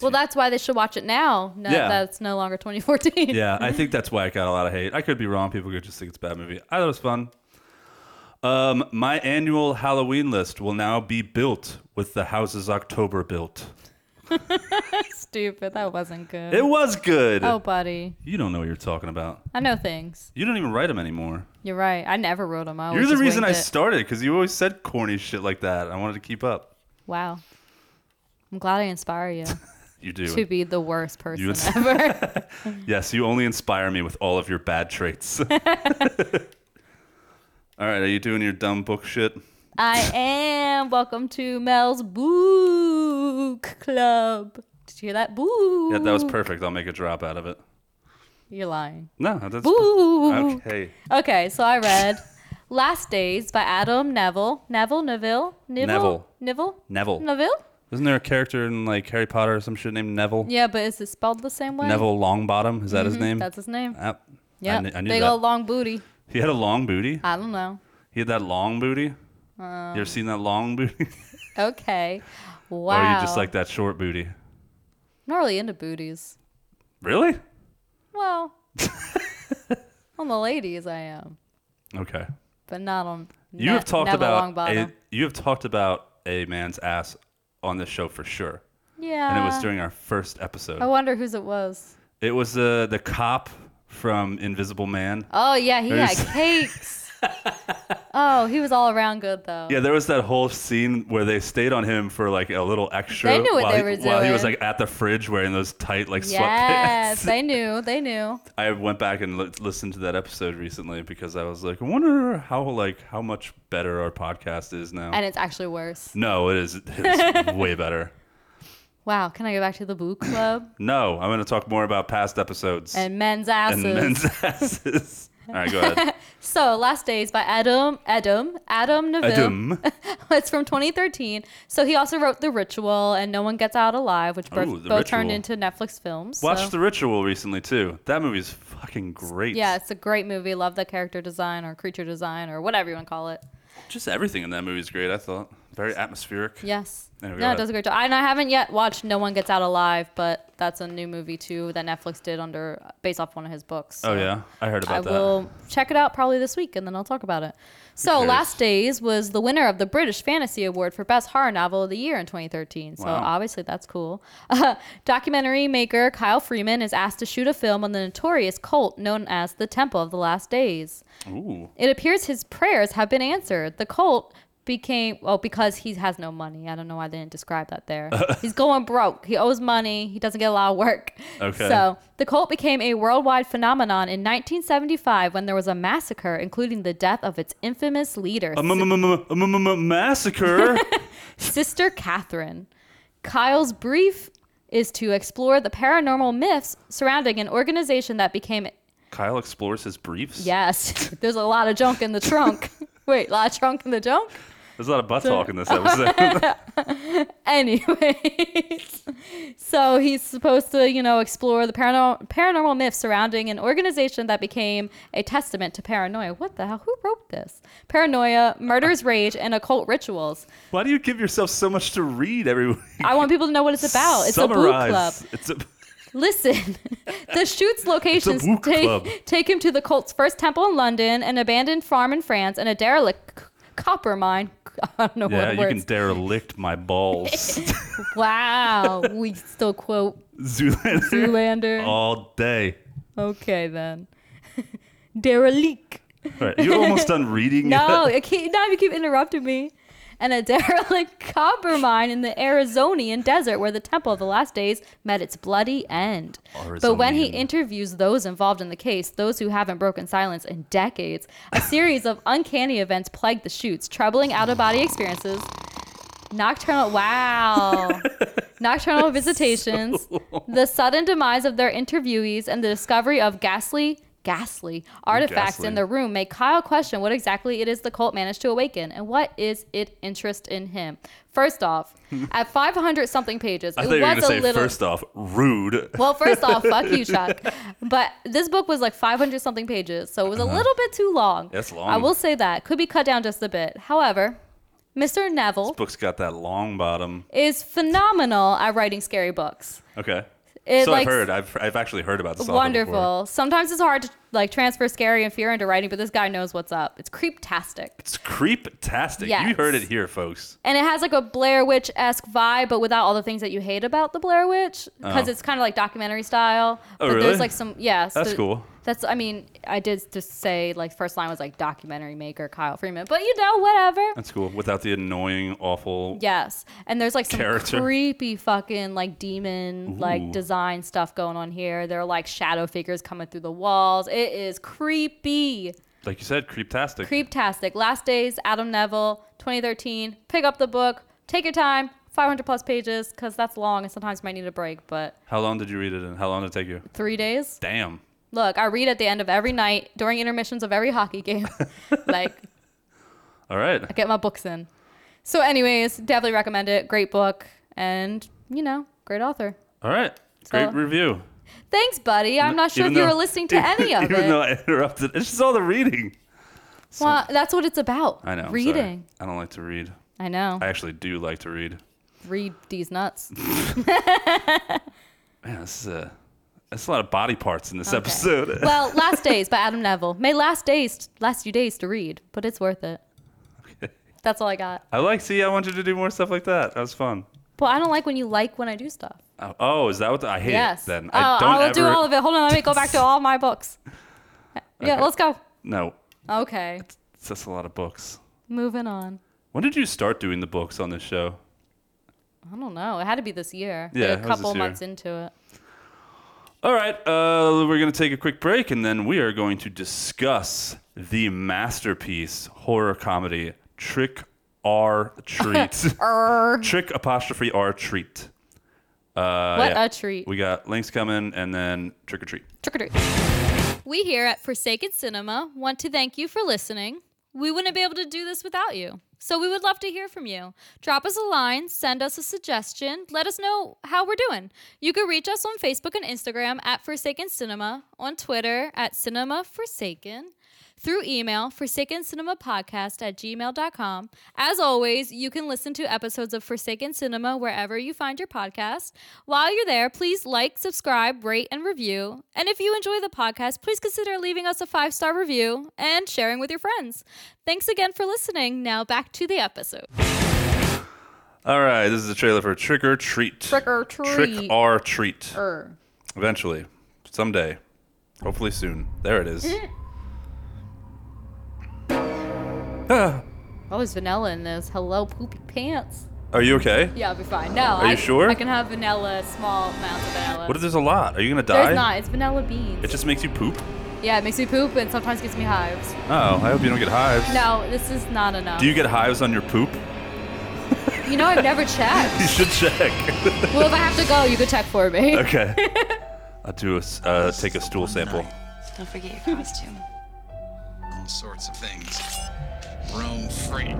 B: Well, that's why they should watch it now. No,
A: Yeah.
B: that's no longer 2014.
A: Yeah, I think that's why it got a lot of hate. I could be wrong. People could just think it's a bad movie. I thought it was fun. Um, my annual Halloween list will now be built with the houses October built.
B: [LAUGHS] Stupid. That wasn't good.
A: It was good.
B: oh, buddy.
A: You don't know what you're talking about.
B: I know things.
A: You don't even write them anymore.
B: You're right. I never wrote them. I
A: You're
B: always
A: the
B: Oh, just
A: reason I
B: winged it.
A: started because you always said corny shit like that. I wanted to keep up.
B: Wow. I'm glad I
A: [LAUGHS]
B: inspire you
A: You do.
B: to be the worst person
A: You- [LAUGHS]
B: ever.
A: Yes, you only inspire me with all of your bad
B: [LAUGHS]
A: traits. [LAUGHS] all right, are you doing your dumb book shit?
B: I am. Welcome to Mel's Book Club. Did you hear that? Boo.
A: Yeah, that was perfect. I'll make a drop out of it.
B: You're lying.
A: No, that's
B: Boo.
A: okay.
B: Okay, so I read Last Days by Adam Neville. Neville, Neville, Neville,
A: Neville. Neville.
B: Neville, Neville.
A: Isn't there a character in like Harry Potter or some shit named Neville?
B: Yeah, but is it spelled the same way?
A: Neville Longbottom. Is that his name?
B: That's his name.
A: Ah,
B: Yeah,
A: I, kn- I knew
B: big
A: that.
B: old long booty.
A: he had a long booty.
B: I don't know.
A: He had that long booty. you ever
B: Um,
A: seen that long [LAUGHS] booty?
B: Okay,
A: or
B: wow.
A: are you just like that short booty?
B: not really into booties.
A: Really? [LAUGHS]
B: Well, on the ladies I am,
A: Okay.
B: but not on.
A: You
B: Ne-
A: have talked
B: Neville
A: about
B: Longbottom.
A: a, you have talked about a man's ass on this show for sure,
B: yeah,
A: and it was during our first episode.
B: I wonder whose it was.
A: It was uh, the the cop from Invisible Man.
B: Oh yeah, he had
A: There's- [LAUGHS]
B: cakes. oh, he was all around good though.
A: Yeah, there was that whole scene where they stayed on him for like a little extra.
B: They knew what
A: while
B: they
A: he,
B: were
A: While he was
B: doing.
A: like at the fridge wearing those tight like
B: Yes,
A: sweatpants.
B: they knew. They knew.
A: I went back and li- listened to that episode recently because I was like, I wonder how like how much better our podcast is now.
B: And it's actually worse.
A: no, it is
B: [LAUGHS]
A: it's way better.
B: Wow, can I go back to the Boo Club
A: [LAUGHS] No, I'm going to talk more about past episodes
B: and men's asses?
A: and men's [LAUGHS] asses. All right, go
B: [LAUGHS]
A: ahead.
B: So, Last Days by Adam, Adam, Adam Neville.
A: Adam.
B: [LAUGHS] it's from 2013. So he also wrote The Ritual and No One Gets Out Alive, which both,
A: Ooh, The
B: both turned into
A: Ritual.
B: Netflix films. so-
A: Watched The Ritual recently too. That movie's fucking great.
B: Yeah, it's a great movie. Love the character design or creature design or whatever you want to call it.
A: Just everything in that movie's great, I thought. Very atmospheric.
B: Yes.
A: There we
B: no,
A: go.
B: it does a great job. And I haven't yet watched No One Gets Out Alive, but that's a new movie too that Netflix did under based off one of his books.
A: Oh
B: so.
A: yeah, I heard about
B: I
A: that.
B: will check it out probably this week and then I'll talk about it. So,
A: cares?
B: Last Days was the winner of the British Fantasy Award for Best Horror Novel of the Year in 2013. So,
A: Wow.
B: obviously, that's cool. [LAUGHS] documentary maker Kyle Freeman is asked to shoot a film on the notorious cult known as the Temple of the Last Days.
A: Ooh,
B: It appears his prayers have been answered. The cult became well because he has no money. I don't know why they didn't describe
A: [LAUGHS]
B: that there. He's going broke. He owes money. He doesn't get a lot of work.
A: Okay.
B: So the cult became a worldwide phenomenon in 1975 when there was a massacre, including the death of its infamous leader,
A: a m- m- m- m- m- m- m-
B: [LAUGHS]
A: massacre.
B: Sister Catherine. Kyle's brief is to explore the paranormal myths surrounding an organization that became
A: Kyle explores his briefs.
B: yes. [LAUGHS] There's a lot of junk in the trunk. [LAUGHS] Wait, a lot of trunk in the junk.
A: there's a lot of butt talk in this
B: [LAUGHS]
A: episode.
B: Anyways, [LAUGHS] so he's supposed to, you know, explore the paranormal paranormal myths surrounding an organization that became a testament to paranoia. What the hell? Who wrote this? Paranoia, murders, rage, and occult rituals.
A: Why do you give yourself so much to read every week?
B: I want people to know what it's about. It's a book club.
A: Summarize.
B: [LAUGHS]
A: It's a
B: Listen, [LAUGHS]
A: [LAUGHS]
B: the shoot's locations
A: book club.
B: take, take him to the cult's first temple in London, an abandoned farm in France, and a derelict c- copper mine. [LAUGHS] I don't know
A: yeah.
B: what
A: You can
B: words.
A: derelict my
B: [LAUGHS]
A: balls,
B: wow, we still
A: [LAUGHS]
B: quote
A: Zoolander,
B: Zoolander.
A: all day.
B: Okay then. [LAUGHS] Derelict.
A: All right, you're almost done reading.
B: No,
A: it.
B: I can't, now you keep interrupting me. And a [LAUGHS] derelict copper mine in the Arizonian desert where the Temple of the Last Days met its bloody end. But when he
A: Arizonian.
B: interviews those involved in the case, those who haven't broken silence in decades, a series of uncanny events plague the shoots, troubling out of body experiences,
A: [LAUGHS]
B: nocturnal. Wow. nocturnal visitations, the sudden demise of their interviewees, and the discovery of ghastly, ghastly artifacts in
A: Ghastly.
B: the room make Kyle question what exactly it is the cult managed to awaken and what is it interest in him.
A: [LAUGHS]
B: First off, at 500 something pages,
A: I
B: it
A: thought you were
B: was
A: gonna
B: a
A: say
B: little.
A: first off, rude.
B: Well, first off,
A: [LAUGHS]
B: fuck you, Chuck. But this book was like 500 something pages, so it was a little bit too long.
A: Uh-huh. That's long.
B: I will say that. Could be cut down just a bit. However, Mr. Neville
A: Book's got that long bottom.
B: is phenomenal at writing scary books.
A: Okay.
B: It,
A: so
B: like,
A: I've heard. I've, I've actually heard about this. author before.
B: Wonderful. Sometimes it's hard to like transfer scary and fear into writing, but this guy knows what's up. It's creeptastic.
A: It's creep-tastic. You
B: Yes.
A: heard it here, folks.
B: And it has like a Blair Witch esque vibe, but without all the things that you hate about the Blair Witch, because
A: Oh.
B: it's kind of like documentary style.
A: Oh,
B: but
A: really?
B: There's like some, yeah. so
A: That's cool.
B: That's, I mean, I did just say like first line was like documentary maker Kyle Freeman, but you know, whatever.
A: That's cool. Without the annoying, awful.
B: Yes. And there's like some
A: Character.
B: creepy fucking like demon
A: Ooh.
B: like design stuff going on here. There are like shadow figures coming through the walls. It is creepy.
A: Like you said, creep-tastic.
B: Creeptastic. Last Days, Adam Neville, 2013. Pick up the book. Take your time. 500 plus pages, because that's long and sometimes you might need a break, but
A: How long did you read it in? How long did it take you?
B: three days?
A: Damn.
B: Look, I read at the end of every night during intermissions of every hockey game. [LAUGHS] like,
A: All right.
B: I get my books in. So, anyways, definitely recommend it. Great book and, you know, great author.
A: All right.
B: So-
A: Great review.
B: Thanks, buddy. I'm not sure
A: Even
B: if you
A: though-
B: were
A: [LAUGHS]
B: listening to any of
A: Even though
B: it.
A: I interrupted, it's just all the reading.
B: Well, that's what it's about.
A: I know. I'm sorry.
B: Reading.
A: I don't like to read.
B: I know.
A: I actually do like to read.
B: read these nuts.
A: Man, this is a. That's a lot of body parts in this
B: Okay.
A: episode. [LAUGHS]
B: well, Last Days by Adam Neville. May last days last you days to read, but it's worth it. That's all I got.
A: I like. See, I wanted to do more stuff like that. That was fun.
B: Well, I don't like when you like when I do stuff.
A: Oh, oh, is that what the, I hate?
B: yes.
A: It, then
B: oh,
A: I don't
B: will
A: ever.
B: do all of it. Hold on, let me go back to all
A: [LAUGHS]
B: my books. Yeah,
A: Okay.
B: let's go.
A: No,
B: Okay,
A: it's just a lot of books.
B: moving on.
A: When did you start doing the books on this show?
B: I don't know. It had to be this year.
A: Yeah, it was
B: like a
A: this
B: couple
A: year.
B: months into it.
A: All right, uh, we're going to take a quick break and then we are going to discuss the masterpiece horror comedy Trick or Treat.
B: [LAUGHS] Err.
A: Trick apostrophe R Treat. Uh,
B: What
A: yeah.
B: a treat.
A: We got links coming and then Trick or Treat.
B: Trick or treat. We here at Forsaken Cinema want to thank you for listening. We wouldn't be able to do this without you. So we would love to hear from you. Drop us a line, send us a suggestion, let us know how we're doing. You can reach us on Facebook and Instagram at Forsaken Cinema, on Twitter at Cinema Forsaken, through email, Forsaken Cinema Podcast at gmail.com. As always, you can listen to episodes of Forsaken Cinema wherever you find your podcast. While you're there, please like, subscribe, rate, and review. And if you enjoy the podcast, please consider leaving us a five star review and sharing with your friends. Thanks again for listening. Now back to the episode.
A: All right, this is a trailer for Trick or Treat.
B: Trick or
A: Trick
B: treat.
A: or Treat.
B: Er.
A: Eventually, someday, hopefully soon. There it is.
B: Mm.
A: Ah,
B: Oh, there's vanilla in this. Hello, poopy pants.
A: are you okay?
B: Yeah, I'll be fine. No. Are
A: you sure?
B: I can have vanilla, small amounts of vanilla.
A: What if there's a lot? Are you gonna die?
B: There's not. It's vanilla beans.
A: It just makes you poop.
B: yeah, it makes me poop and sometimes gets me hives.
A: Oh, I hope you don't get hives.
B: No, this is not enough.
A: Do you
B: You,
A: get hives on your poop?
B: know, I've
A: [LAUGHS]
B: never
A: You
B: checked.
A: should check.
B: [LAUGHS] well, if I have to go, you could check for me. [LAUGHS]
A: okay. I'll do a s- uh, take a stool sample.
C: Don't forget your costume.
D: all sorts of things. Roam free.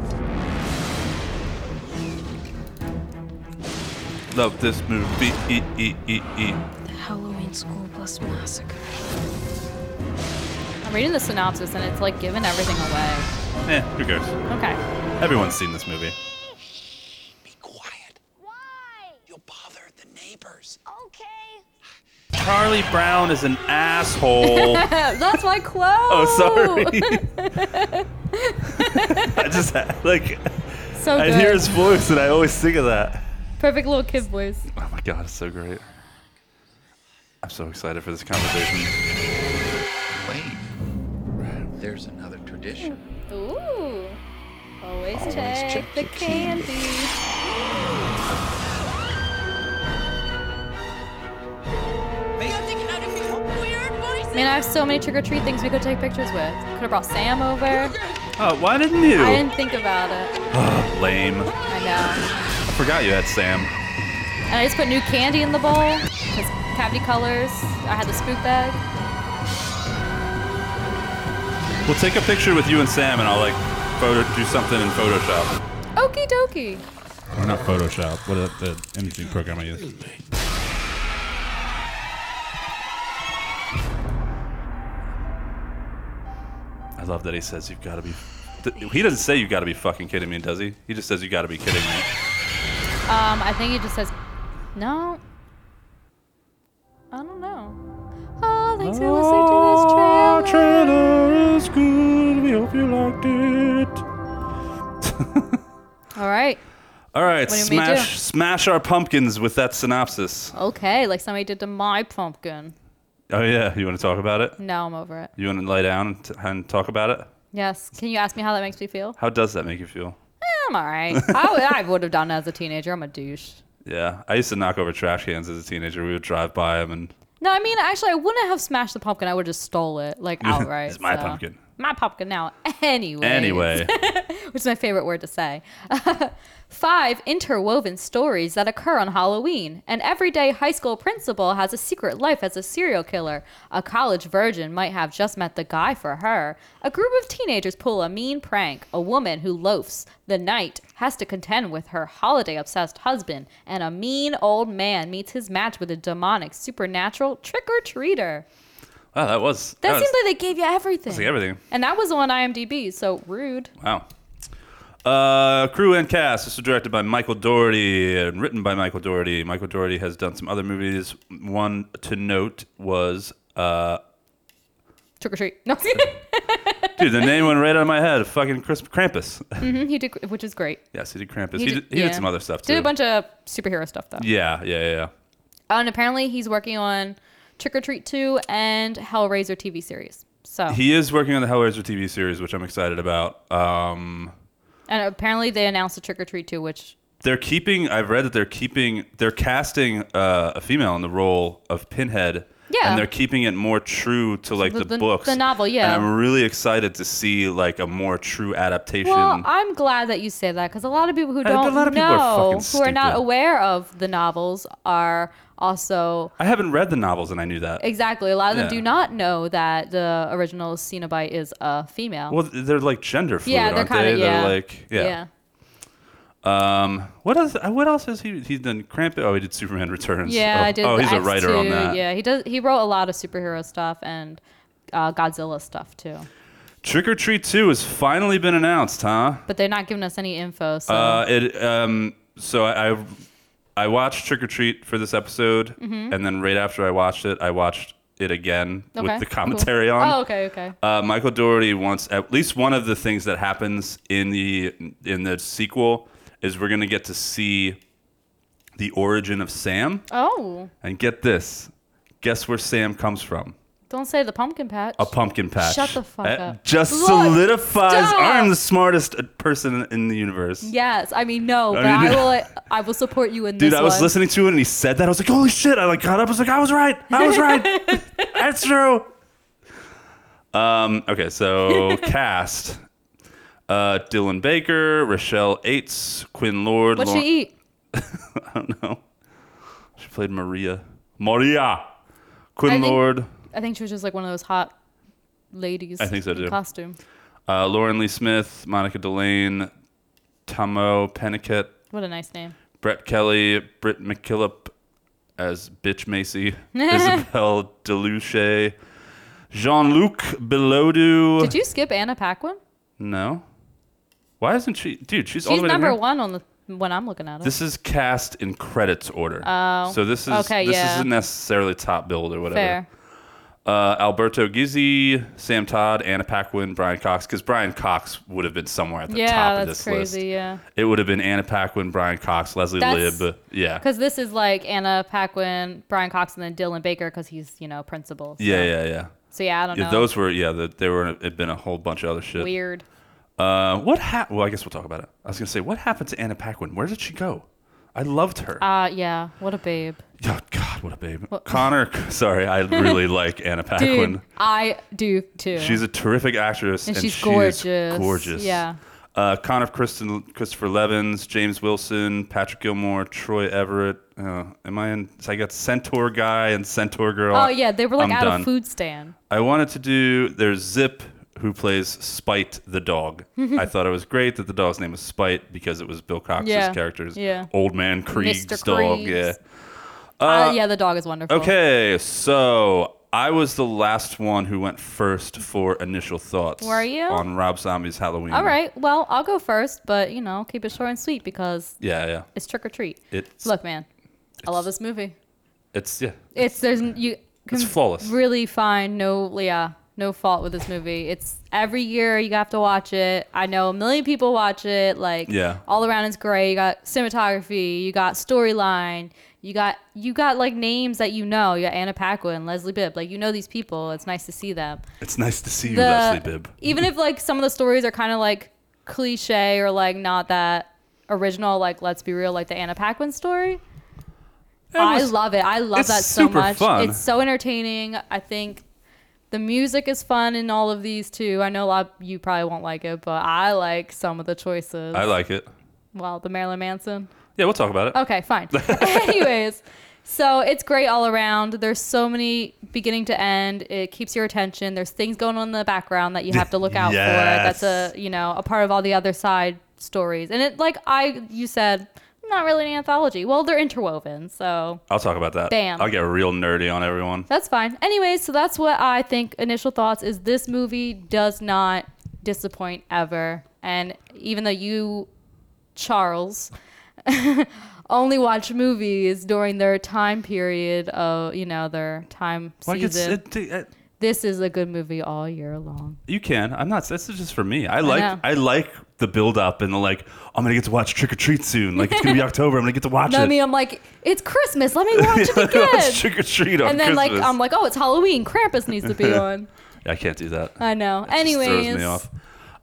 A: Love this movie. E- e- e- e.
C: The Halloween School Bus Massacre.
B: I'm reading the synopsis and it's like giving everything away.
A: Eh, who cares?
B: Okay.
A: [LAUGHS] Everyone's seen this movie.
D: Be quiet.
E: Why?
D: You'll bother the neighbors.
E: Okay.
A: Charlie Brown is an asshole.
B: That's my quote.
A: [LAUGHS] Oh,
B: [LAUGHS]
A: sorry. [LAUGHS] I just like
B: So
A: I
B: good.
A: hear his voice and I always think of that.
B: Perfect little kid voice.
A: Oh my god, it's so great. I'm so excited for this conversation.
D: Wait. There's another tradition.
B: Ooh. Always,
D: check
B: check,
D: check the
B: the
D: the candy.
B: candy. I mean, I have so many trick or treat things we could take pictures with. Could have brought Sam over.
A: Oh, why didn't
B: I
A: you?
B: didn't think about it.
A: Lame.
B: I know.
A: I forgot you had Sam.
B: And I just put new candy in the bowl. Cause cavity colors. I had the spook bag.
A: We'll take a picture with you and Sam and I'll like photo do something in Photoshop.
B: Okie dokie.
A: Or not Photoshop. What is the imaging program I use? I love that he says you've got to be he doesn't say you got to be fucking kidding me, does he? He just says you got to be kidding me.
B: Um, I think he just says, no. I don't know. Oh, thanks for listening to this Oh, trailer.
A: trailer is good. We hope you liked it.
B: All right.
A: All right,
B: What do you want me to
A: smash
B: do?
A: smash our pumpkins with that synopsis.
B: Okay, like somebody did to my pumpkin.
A: Oh yeah, you want to talk about it?
B: Now I'm over it.
A: You want to lay down and, t- and talk about it?
B: Yes. Can you ask me how that makes me feel?
A: How does that make you feel?
B: Eh, I'm all right. [LAUGHS] I, would- I would have done it as a teenager. I'm a douche.
A: Yeah, I used to knock over trash cans as a teenager. We would drive by them and
B: No, I mean, actually, I wouldn't have smashed the pumpkin. I would have just stole it, like outright.
A: It's my
B: so.
A: pumpkin.
B: My pumpkin now. Anyway. [LAUGHS]
A: anyway,
B: Which is my favorite word to say. [LAUGHS] Five interwoven stories that occur on Halloween. An everyday high school principal has a secret life as a serial killer. A college virgin might have just met the guy for her. A group of teenagers pull a mean prank. A woman who loafs the night has to contend with her holiday obsessed husband. And a mean old man meets his match with a demonic supernatural trick or treater.
A: wow, that was
B: That
A: was-
B: seems like they gave you everything.
A: like everything.
B: And that was on IMDb, so rude.
A: Wow. Uh, crew and cast. This was directed by Michael Doherty and written by Michael Doherty. Michael Doherty has done some other movies. One to note was, uh,
B: Trick or treat. [LAUGHS] No.
A: dude, the name went right out of my head. Fucking Chris Krampus. [LAUGHS]
B: Mhm, he did, which is great.
A: yes, he did Krampus. He, did, he
B: yeah.
A: did some other stuff too.
B: Did a bunch of superhero stuff though.
A: yeah, yeah, yeah, yeah.
B: Oh, and apparently he's working on Trick or Treat 2 and Hellraiser TV series. So
A: He is working on the Hellraiser TV series, which I'm excited about. Um,
B: and apparently they announced a Trick or Treat 2, which
A: they're keeping. I've read that they're keeping. They're casting uh, a female in the role of Pinhead.
B: Yeah.
A: And they're keeping it more true to like
B: The-
A: the,
B: the-
A: books,
B: the novel, yeah.
A: And I'm really excited to see like a more true adaptation.
B: well, I'm glad that you say that because a lot of people who
A: but a
B: don't
A: lot of people are
B: know, who
A: fucking
B: are not
A: stupid.
B: aware of the novels, are also
A: I haven't read the novels, and I knew that.
B: exactly a lot of them
A: Yeah.
B: do not know that the original Cenobite is a female.
A: Well, they're like gender fluid,
B: yeah, they're
A: aren't
B: kind
A: they?
B: of yeah.
A: They're like yeah. Um, what else? What else has he? He's done Krampus. Oh, he did Superman Returns.
B: Yeah,
A: oh,
B: I did.
A: Oh,
B: the
A: he's a
B: X
A: writer on
B: too.
A: that.
B: Yeah, he does. He wrote a lot of superhero stuff and uh, Godzilla stuff too.
A: Trick or Treat Two has finally been announced, huh?
B: But they're not giving us any info. So
A: Uh, it um. So I, I I watched Trick or Treat for this episode,
B: Mm-hmm.
A: and then right after I watched it, I watched it again
B: Okay,
A: with the
B: cool.
A: commentary on.
B: Oh, okay, okay.
A: Uh, Michael Doherty wants at least one of the things that happens in the in the sequel is we're gonna get to see the origin of Sam,
B: Oh,
A: and get this, guess where Sam comes from?
B: don't say the pumpkin patch.
A: a pumpkin patch.
B: Shut the fuck
A: That
B: up.
A: Just
B: Look,
A: solidifies
B: stop.
A: I'm the smartest person in the universe.
B: yes, I mean no, but
A: mean, [LAUGHS]
B: I,
A: dude-
B: will. I will support you in
A: Dude,
B: this.
A: I was
B: one.
A: listening to it and he said that. I was like, holy shit. I like got up. I was like, I was right. I was right.
B: [LAUGHS]
A: That's true. Um, okay,
B: [LAUGHS]
A: so cast. Uh, Dylan Baker, Rochelle Aites, Quinn Lord.
B: What
A: Lauren-
B: you eat?
A: [LAUGHS] I don't know. She played Maria. Maria. Quinn
B: I think-
A: Lord.
B: I think she was just like one of those hot ladies.
A: I think so,
B: in
A: too.
B: Costume.
A: Uh, Lauren Lee Smith, Monica Delane, Tomo Pennicott,
B: What a nice name.
A: Brett Kelly, Britt McKillop as Bitch
B: [LAUGHS]
A: Macy, Isabel Deluche, Jean Luc Bilodeau.
B: Did you skip Anna Paquin?
A: No. Why isn't she? Dude, she's, all
B: She's
A: the way
B: number
A: down here.
B: one on the when I'm looking at it.
A: This is cast in credits order.
B: Oh.
A: So this is
B: Okay,
A: this
B: yeah.
A: isn't necessarily top build or whatever.
B: Fair.
A: Uh, Alberto Gizzi, Sam Todd, Anna Paquin, Brian Cox, because Brian Cox would have been somewhere at the top
B: Yeah,
A: of
B: that's
A: this
B: crazy.
A: list.
B: Yeah.
A: It would have been Anna Paquin, Brian Cox, Leslie
B: That's-
A: Libb. Yeah.
B: Because this is like Anna Paquin, Brian Cox, and then Dylan Baker because he's you know principal. So.
A: Yeah, yeah, yeah.
B: So yeah, I don't
A: Yeah,
B: know.
A: those were yeah. The, there were it'd been a whole bunch of other shit.
B: weird.
A: Uh, what happened? Well, I guess we'll talk about it. I was gonna say what happened to Anna Paquin? Where did she go? I loved her.
B: Uh yeah. What a babe,
A: oh God, what a babe.
B: [LAUGHS]
A: Connor, sorry, I really like Anna Paquin.
B: dude. I do too.
A: She's a terrific actress,
B: And
A: and,
B: she's
A: she is
B: gorgeous.
A: gorgeous.
B: Yeah.
A: Uh, Connor Kristen, Christopher Levins, James Wilson, Patrick Gilmore, Troy Everett. Uh, am I in? So I got Centaur Guy and Centaur Girl.
B: oh yeah, they were like
A: I'm
B: out
A: done.
B: of food stand.
A: I wanted to do there's Zip who plays Spite the
B: [LAUGHS]
A: dog. I thought it was great that the dog's name was Spite because it was Bill Cox's
B: Yeah,
A: character's
B: yeah.
A: old man Krieg's
B: Mr.
A: dog.
B: Kriegs.
A: Yeah.
B: Uh, yeah, the dog is wonderful.
A: Okay, so I was the last one who went first for initial thoughts.
B: Were you?
A: on Rob Zombie's Halloween?
B: All right. Well, I'll go first, but you know, keep it short and sweet because
A: Yeah, yeah.
B: it's trick or treat.
A: It's
B: Look, man, I love this movie.
A: It's yeah.
B: It's there's n- you. Can
A: It's flawless.
B: Really find no yeah no fault with this movie. It's every year you have to watch it. I know a million people watch it. Like
A: Yeah.
B: all around it's great. You got cinematography. You got storyline. You got you got like names that you know. You got Anna Paquin, Leslie Bibb. Like you know these people. It's nice to see them.
A: It's nice to see you,
B: The-
A: Leslie Bibb.
B: Even if like some of the stories are kind of like cliche or like not that original. Like let's be real, like the Anna Paquin story. I
A: was-
B: love it. I love
A: it's
B: that so
A: super
B: much.
A: fun.
B: It's so entertaining. I think the music is fun in all of these too. I know a lot you probably won't like it, but I like some of the choices.
A: I like it.
B: well, the Marilyn Manson.
A: Yeah, we'll talk about it.
B: Okay, fine. [LAUGHS] Anyways, so it's great all around. There's so many beginning to end. It keeps your attention. There's things going on in the background that you have to look out
A: Yes.
B: for. That's a you know a part of all the other side stories. And it like I you said, not really an anthology. Well, they're interwoven, so
A: I'll talk about that.
B: Bam.
A: I'll get real nerdy on everyone.
B: That's fine. Anyway, so that's what I think initial thoughts is this movie does not disappoint ever. And even though you, Charles, [LAUGHS] only watch movies during their time period of, you know, their time
A: Like it's
B: season,
A: it, it,
B: this is a good movie all year long.
A: you can. I'm not. This is just for me. I like
B: know.
A: I, like the build up and the like. I'm gonna get to watch Trick or Treat soon. Like it's
B: [LAUGHS]
A: gonna be October. I'm gonna get to watch
B: No, I
A: it. [LAUGHS]
B: mean, I'm like, it's Christmas. Let me watch it
A: It's
B: again.
A: Trick or Treat on
B: And then, like,
A: Christmas.
B: I'm like, oh, it's Halloween. Krampus needs
A: [LAUGHS]
B: to be on.
A: I can't do that.
B: I know.
A: It just
B: Anyways,
A: throws me off.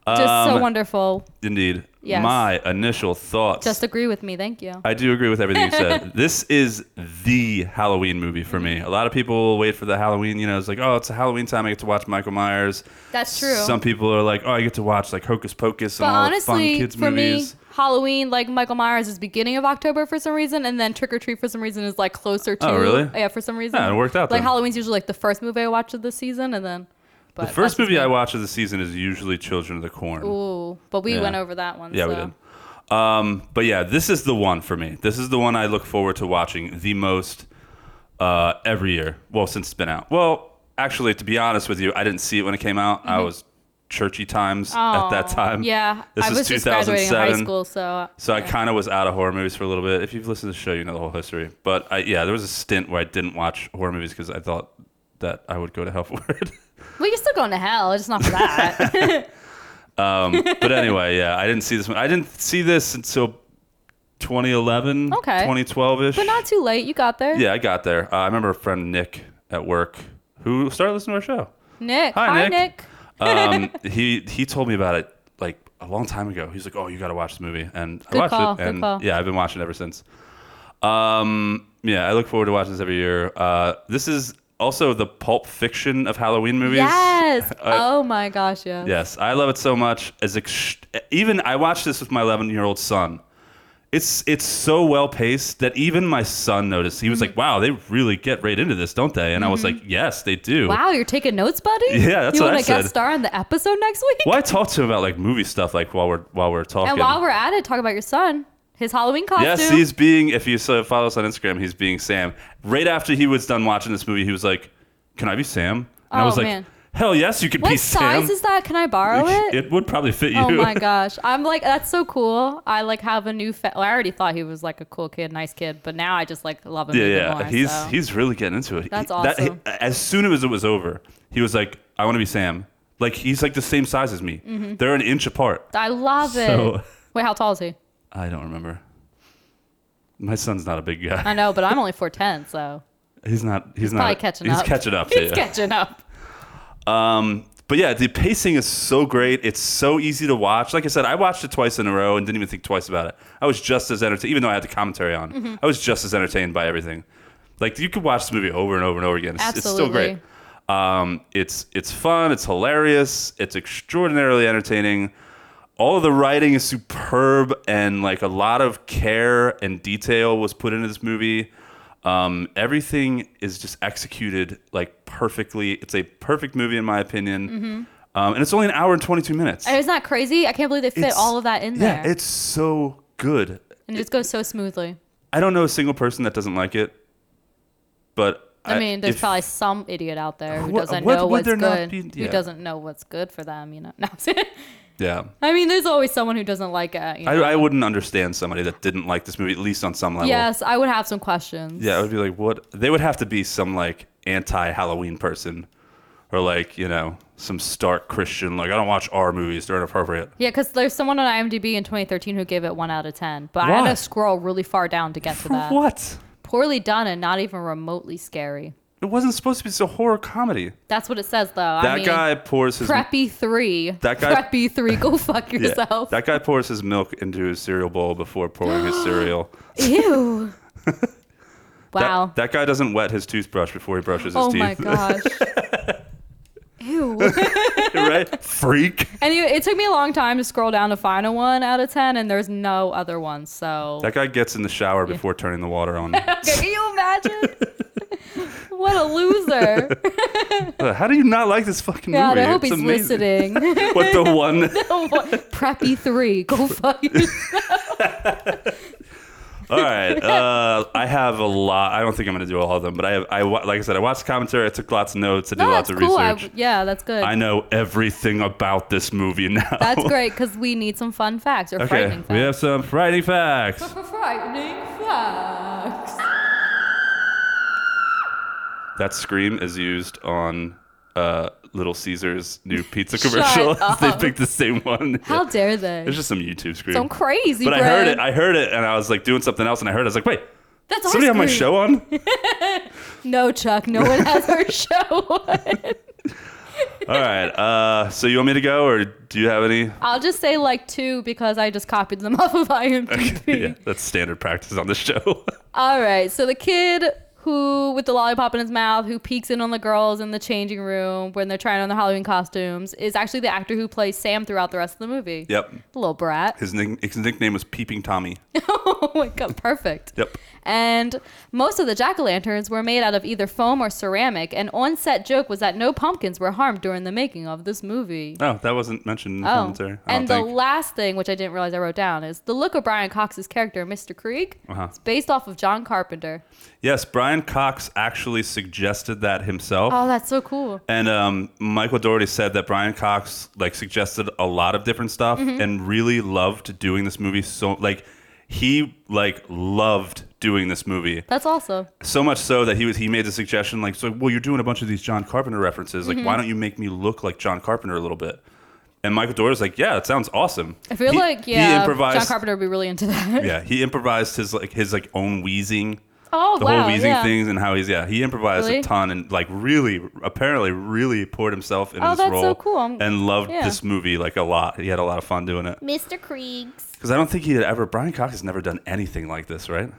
B: just so
A: Um,
B: wonderful.
A: Indeed.
B: Yes.
A: My initial thoughts.
B: Just agree with me. Thank you.
A: I do agree with everything you
B: [LAUGHS]
A: said. this is the Halloween movie for me. A lot of people wait for the Halloween. You know, it's like, oh, it's a Halloween time. I get to watch Michael Myers.
B: That's true.
A: Some people are like, oh, I get to watch like Hocus Pocus and
B: But
A: all the
B: honestly,
A: fun kids
B: for
A: movies.
B: me, Halloween, like Michael Myers, is beginning of October for some reason, and then Trick or Treat for some reason is like closer to.
A: Oh, really?
B: Yeah, for some reason.
A: Yeah, it worked out
B: Like
A: then.
B: Halloween's usually like the first movie I watch of the season, and then. But
A: the first
B: that's just
A: movie I
B: me.
A: watch of the season is usually Children of the Corn.
B: Ooh, but we
A: Yeah.
B: went over that one.
A: Yeah,
B: so.
A: we did. Um, but yeah, this is the one for me. This is the one I look forward to watching the most uh, every year. Well, since it's been out. Well, actually, to be honest with you, I didn't see it when it came out. I was churchy times at that
B: Oh,
A: time.
B: Mm-hmm. Yeah,
A: this
B: I
A: is
B: was just graduating high
A: 2007.
B: school, so uh,
A: So I kind of was out of horror movies for a little bit. If you've listened to the show, you know the whole history. But I, yeah, there was a stint where I didn't watch horror movies because I thought that I would go to hell [LAUGHS] for it.
B: well, you're still going to hell. It's not for that.
A: [LAUGHS] but anyway, yeah, I didn't see this one. I didn't see this until 2011,
B: Okay.
A: 2012 ish.
B: but not too late. You got there.
A: Yeah, I got there. Uh, I remember a friend Nick at work who started listening to our
B: Nick.
A: Hi, Nick.
B: Nick.
A: show.
B: [LAUGHS]
A: Um, he he told me about it like a long time ago. He's like, "Oh, you got to watch this movie," and I
B: Good
A: watched
B: call,
A: it,
B: good
A: and
B: call.
A: yeah, I've been watching it ever since. Um, yeah, I look forward to watching this every year. Uh, this is also the Pulp Fiction of Halloween movies. [LAUGHS] Uh,
B: Yes.
A: I-
B: oh my gosh, yes.
A: Yes, I love it so much. As ex- even I watched this with my 11 year old son. It's it's so well paced that even my son noticed. He was
B: Mm-hmm.
A: like, "Wow, they really get right into this, don't they?" And I was like, "Yes, they do."
B: Wow, you're taking notes, buddy.
A: Yeah, that's
B: you
A: what I
B: wanna
A: said.
B: guest star on the episode next week?
A: Well, I talked to him about like movie stuff, like while we're while we're talking.
B: And while we're at it, talk about your son, his Halloween costume.
A: yes, he's being. If you so- follow us on Instagram, he's being Sam. Right after he was done watching this movie, he was like, "Can I be Sam?" And I
B: Oh,
A: was like,
B: man.
A: "Hell yes, you can
B: what
A: be
B: size
A: Sam."
B: is that? Can I borrow it?
A: [LAUGHS] It would probably fit you.
B: oh
A: [LAUGHS]
B: my gosh, I'm like that's so cool. I like have a new. Fa- well, I already thought he was like a cool kid, nice kid, but now I just like love him.
A: Yeah,
B: even
A: yeah.
B: more,
A: he's
B: so.
A: he's really getting into it.
B: That's
A: He-
B: awesome.
A: he- as soon as it was over, he was like, "I want to be Sam." Like he's like the same size as me.
B: Mm-hmm.
A: They're an inch apart.
B: I love it.
A: So-
B: Wait, how tall is he?
A: I don't remember. My son's not a big guy.
B: I know, but I'm only four ten,
A: [LAUGHS]
B: so
A: He's not. He's, not.
B: probably catching
A: he's
B: up.
A: catching up. to
B: [LAUGHS] he's
A: you.
B: catching up.
A: Um, but yeah, the pacing is so great. It's so easy to watch. Like I said, I watched it twice in a row and didn't even think twice about it. I was just as entertained, even though I had the commentary on.
B: Mm-hmm.
A: I was just as entertained by everything. Like you could watch this movie over and over and over again. It's, it's still great.
B: Absolutely.
A: Um, it's it's fun. It's hilarious. It's extraordinarily entertaining. All of the writing is superb, and like a lot of care and detail was put into this movie. Um, everything is just executed like perfectly. It's a perfect movie in my opinion, um, and it's only an hour and twenty two minutes.
B: And It's not crazy. Mm-hmm. I can't believe they fit
A: It's-
B: all of that in
A: yeah,
B: there,
A: it's so good.
B: and it just goes so smoothly.
A: I don't know a single person that doesn't like it, but
B: I mean, there's
A: if-
B: probably some idiot out there who
A: What-
B: doesn't
A: what
B: know
A: would
B: what's
A: there not
B: good.
A: be- yeah.
B: Who doesn't know what's good for them, you know? [LAUGHS] No, I'm kidding.
A: Yeah.
B: I mean, there's always someone who doesn't like it. You
A: I,
B: know?
A: I wouldn't understand somebody that didn't like this movie, at least on some level.
B: yes, I would have some questions.
A: Yeah, I would be like, what? They would have to be some like anti Halloween person or like, you know, some stark Christian. Like, I don't watch R movies, they're inappropriate.
B: Yeah, because there's someone on IMDb in 2013 who gave it one out of 10, but I had
A: Why?
B: to scroll really far down to
A: [LAUGHS]
B: get to that.
A: What?
B: Poorly done and not even remotely scary.
A: It wasn't supposed to be it's a horror comedy.
B: That's what it says, though. I
A: that
B: mean,
A: guy pours his
B: Preppy three.
A: That guy-
B: Preppy three. Go
A: [LAUGHS]
B: fuck
A: yeah,
B: yourself.
A: that guy pours his milk into his cereal bowl before pouring
B: [GASPS]
A: his cereal.
B: Ew.
A: [LAUGHS] That-
B: wow.
A: That, guy doesn't wet his toothbrush before he brushes his
B: oh
A: teeth. [LAUGHS]
B: my gosh. Ew.
A: right? Freak.
B: anyway, it took me a long time to scroll down to find a one out of ten, and there's no other one. So
A: That guy gets in the shower before turning the water
B: [LAUGHS]
A: on.
B: Okay, can you imagine? [LAUGHS] what a
A: [LAUGHS]
B: loser.
A: How do you not like this fucking
B: God,
A: movie?
B: I hope
A: It's
B: he's
A: amazing.
B: listening.
A: [LAUGHS]
B: [LAUGHS]
A: What the one?
B: Preppy
A: [LAUGHS]
B: three. Go fuck yourself.
A: All right. Uh, I have a lot. I don't think I'm going to do all of them, but I have. I wa- like I said, I watched commentary. I took lots of notes. I did
B: No,
A: lots
B: that's
A: of
B: cool. I,
A: research.
B: yeah, that's good.
A: I, know everything about this movie [LAUGHS] now.
B: That's great because we need some fun facts or
A: Okay,
B: frightening facts.
A: we have some frightening facts.
B: Frightening facts.
A: That scream is used on uh, Little Caesar's new pizza commercial. [LAUGHS]
B: up.
A: they picked the same one.
B: How
A: Yeah.
B: dare they?
A: It's just some YouTube scream.
B: Some crazy.
A: but I
B: bread.
A: heard it. I heard it, and I was like doing something else, and I heard. It. I was like, wait.
B: That's our
A: Somebody have my
B: scream.
A: show on?
B: No, Chuck. No one has our [LAUGHS] show. on.
A: All right. Uh, so you want me to go, or do you have
B: [LAUGHS]
A: any? [LAUGHS]
B: I'll just say like two because I just copied them [LAUGHS] off of IMDb.
A: [LAUGHS] yeah, that's standard practice on this show. [LAUGHS]
B: All right. So the kid who with the lollipop in his mouth who peeks in on the girls in the changing room when they're trying on their Halloween costumes is actually the actor who plays Sam throughout the rest of the movie.
A: yep.
B: The little brat.
A: His, nick- his nickname was Peeping Tommy.
B: [LAUGHS] oh my god, perfect.
A: Yep.
B: And most of the jack o' lanterns were made out of either foam or ceramic. An on set joke was that no pumpkins were harmed during the making of this movie.
A: [LAUGHS] Oh, that wasn't mentioned in the
B: Oh,
A: commentary. I
B: and the
A: don't think.
B: last thing, which I didn't realize I wrote down, is the look of Brian Cox's character, Mr. Krieg,
A: Uh-huh.
B: is based off of John Carpenter.
A: yes, Brian Cox actually suggested that himself.
B: Oh, that's so cool.
A: And um, Michael Doherty said that Brian Cox like suggested a lot of different stuff
B: Mm-hmm.
A: and really loved doing this movie. So like he like loved doing this movie
B: That's awesome.
A: so much so that he was he made the suggestion like so well you're doing a bunch of these John Carpenter references like
B: Mm-hmm.
A: why don't you make me look like John Carpenter a little bit. And Michael Doherty's like, yeah, it sounds awesome.
B: I feel
A: He-
B: like
A: he
B: yeah,
A: improvised.
B: John Carpenter would be really into that.
A: Yeah, he improvised his like his like own wheezing
B: [LAUGHS] Oh
A: the
B: wow,
A: whole wheezing
B: yeah.
A: things and how he's yeah he improvised
B: Really?
A: a ton and like really apparently really poured himself into
B: Oh,
A: this
B: that's so
A: role
B: cool. I'm-
A: and loved
B: yeah.
A: this movie like a lot he had a lot of fun doing it
E: Mr. Kriegs.
A: because I don't think he had ever Brian Cox has never done anything like this right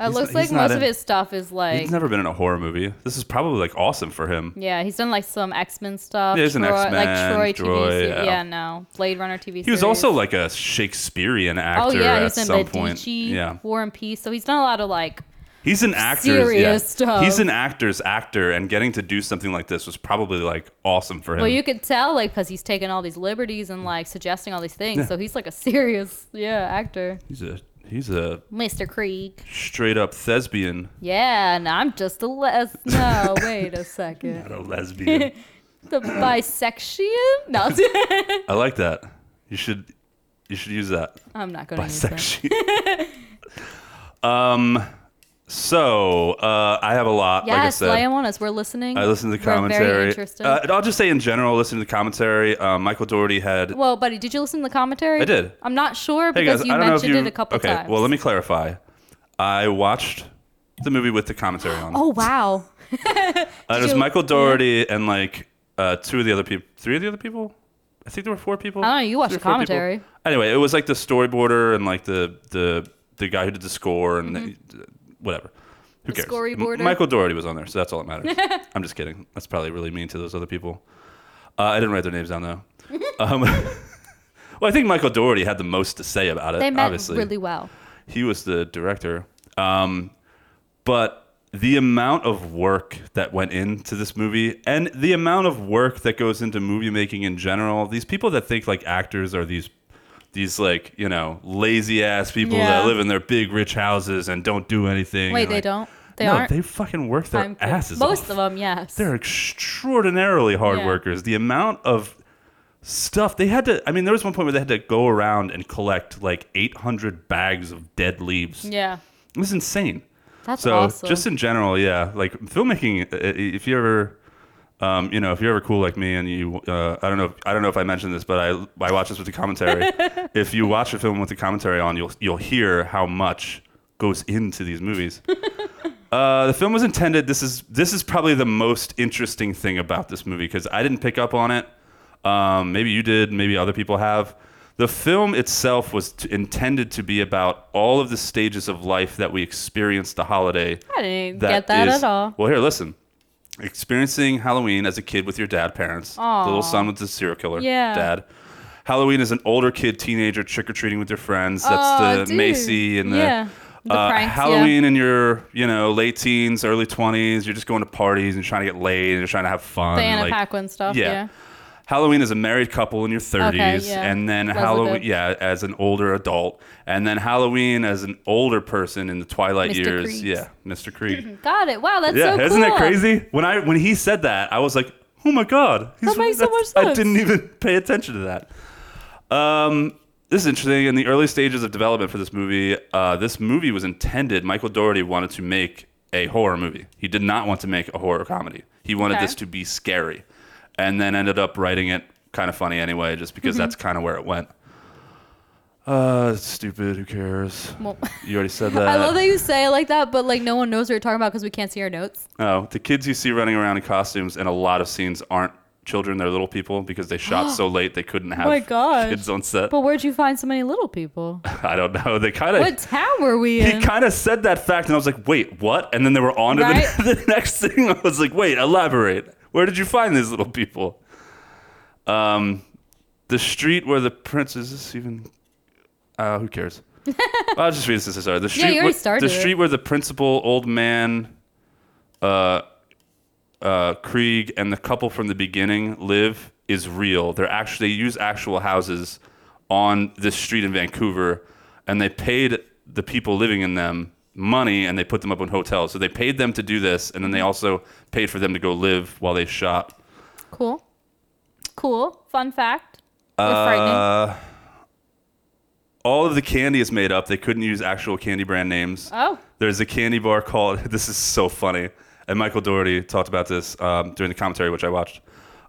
B: It looks
A: he's
B: like
A: not
B: most
A: in-
B: of his stuff is like
A: he's never been in a horror movie this is probably like awesome for him
B: yeah, he's done like some X Men stuff.
A: Yeah, he's an
B: Troy-
A: X-Men,
B: like Troy,
A: Troy,
B: TV series.
A: yeah.
B: Yeah. no Blade Runner TV.
A: he was also like a Shakespearean
B: oh
A: actor
B: yeah,
A: at
B: he's in
A: some point
B: Medici,
A: yeah
B: War and Peace. So he's done a lot of like
A: he's an actor
B: Serious stuff.
A: he's an actor's actor and getting to do something like this was probably like awesome for him
B: Well, you could tell, like, because he's taking all these liberties and like suggesting all these things. So he's like a serious, yeah, actor,
A: he's a he's a
B: Mr. Krieg.
A: straight up thespian
B: Yeah, and I'm just
A: [LAUGHS]
B: a les. No, wait a second.
A: a lesbian
B: The bisexian? No,
A: [LAUGHS] I like that. You should you should use that.
B: [LAUGHS] I'm not gonna use that.
A: Bisection. [LAUGHS] um so uh, I have a lot, like I
B: Yes,
A: said.
B: lay 'em on us. We're listening.
A: I listened to the
B: We're very
A: commentary.
B: interested.
A: Uh, and I'll just say in general, listen to the commentary. Um, Michael Doherty had.
B: well, buddy, did you listen to the commentary?
A: I did.
B: I'm not sure
A: hey
B: because
A: guys,
B: you
A: I don't know if
B: mentioned
A: you.
B: it a couple
A: okay,
B: times.
A: well, let me clarify. I watched the movie with the commentary on.
B: Oh wow.
A: Uh, it was
B: you-
A: Michael Doherty and like uh, two of the other people, three of the other people. I think there were four people.
B: I don't know, you
A: Three
B: watched
A: or
B: the
A: four people.
B: commentary.
A: Anyway, it was like the storyboarder and like the the the guy who did the score and the- whatever. Who
B: Mm-hmm. The
A: cares?
B: storyboarder?
A: Michael Doherty was on there, so that's all that
B: [LAUGHS]
A: matters. I'm just kidding. That's probably really mean to those other people. Uh, I didn't write their names down
B: [LAUGHS]
A: though. Um, [LAUGHS] well, I think Michael Doherty had the most to say about it.
B: They met
A: obviously
B: really well.
A: he was the director. Um, but the amount of work that went into this movie and the amount of work that goes into movie making in general, these people that think like actors are these these like, you know, lazy ass people
B: Yeah.
A: that live in their big rich houses and don't do anything.
B: Wait,
A: and,
B: they
A: like-
B: don't? They
A: no,
B: aren't.
A: they fucking work their
B: I'm-
A: asses
B: Most
A: off.
B: of them, yes.
A: They're extraordinarily hard
B: Yeah.
A: workers. The amount of stuff they had to. I mean, there was one point where they had to go around and collect like 800 bags of dead leaves.
B: yeah.
A: It was insane.
B: That's
A: so
B: awesome.
A: just in general, yeah, like filmmaking. i- i- If you ever, um, you know, if you're ever cool like me, and you, uh, I don't know, I don't know if I mentioned this, but I I watch this with the
B: [LAUGHS]
A: commentary. if you watch a film with the commentary on, you'll you'll hear how much goes into these
B: [LAUGHS]
A: movies. Uh, the film was intended. This is this is probably the most interesting thing about this movie because I didn't pick up on it. Um, maybe you did. Maybe other people have. The film itself was t- intended to be about all of the stages of life that we experience the holiday.
B: I didn't get that
A: is-
B: at all.
A: Well, here, listen. Experiencing Halloween as a kid with your dad, parents, the little son with the serial killer,
B: Yeah.
A: dad. Halloween as an older kid, teenager, trick or treating with your friends. That's
B: Oh,
A: the
B: dude.
A: Macy and the,
B: Yeah. The
A: uh,
B: pranks, yeah.
A: Halloween in your you know late teens, early twenties. You're just going to parties and trying to get laid and you're trying to have fun.
B: The Anna
A: like-
B: Paquin stuff.
A: yeah.
B: Yeah.
A: Halloween is a married couple in your 30s,
B: yeah.
A: and then
B: Leslie
A: Halloween,
B: Bibb.
A: yeah, as an older adult, and then Halloween as an older person in the twilight
B: Mr.
A: years,
B: Creed.
A: yeah, Mr.
B: [LAUGHS]
A: Creed.
B: Got it. Wow, that's
A: yeah,
B: so cool.
A: isn't that crazy? When I when he said that, I was like, oh my god, he's,
B: That makes so
A: that's-
B: much
A: I
B: sense.
A: didn't even [LAUGHS] pay attention to that. Um, this is interesting. In the early stages of development for this movie, uh, this movie was intended. Michael Doherty wanted to make a horror movie. He did not want to make a horror comedy. He wanted
B: Okay.
A: this to be scary, and then ended up writing it kind of funny anyway, just
B: Mm-hmm.
A: because that's kind of where it went. Uh, it's stupid. Who cares?
B: Well- [LAUGHS]
A: you already said that.
B: I love that you say it like that, but like no one knows what you're talking about because we can't see our notes.
A: Oh, the kids you see running around in costumes in a lot of scenes aren't children; they're little people because they shot
B: [GASPS]
A: so late they couldn't have
B: Oh my gosh.
A: kids on set.
B: But where'd you find so many
A: [LAUGHS]
B: little people?
A: I don't know. They kind
B: What
A: of
B: town were we
A: he
B: in?
A: kind of said that fact, and I was like, "Wait, what?" And then they were on to
B: Right?
A: [LAUGHS] the, the next thing. I was like, "Wait, elaborate. Where did you find these little people?" Um, the street where the prince is this even? Uh, who cares? [LAUGHS] I'll just read this. this- Sorry, the street.
B: already
A: where,
B: started
A: The street where the principal old man uh, uh, Krieg and the couple from the beginning live is real. They're actually they use actual houses on this street in Vancouver, and they paid the people living in them money and they put them up in hotels. So they paid them to do this, and then they also paid for them to go live while they shot.
B: cool. Cool. Fun fact. Or frightening.
A: Uh, all of the candy is made up. They couldn't use actual candy brand names.
B: Oh.
A: There's a candy bar called, [LAUGHS] this is so funny. And Michael Doherty talked about this um, during the commentary, which I watched.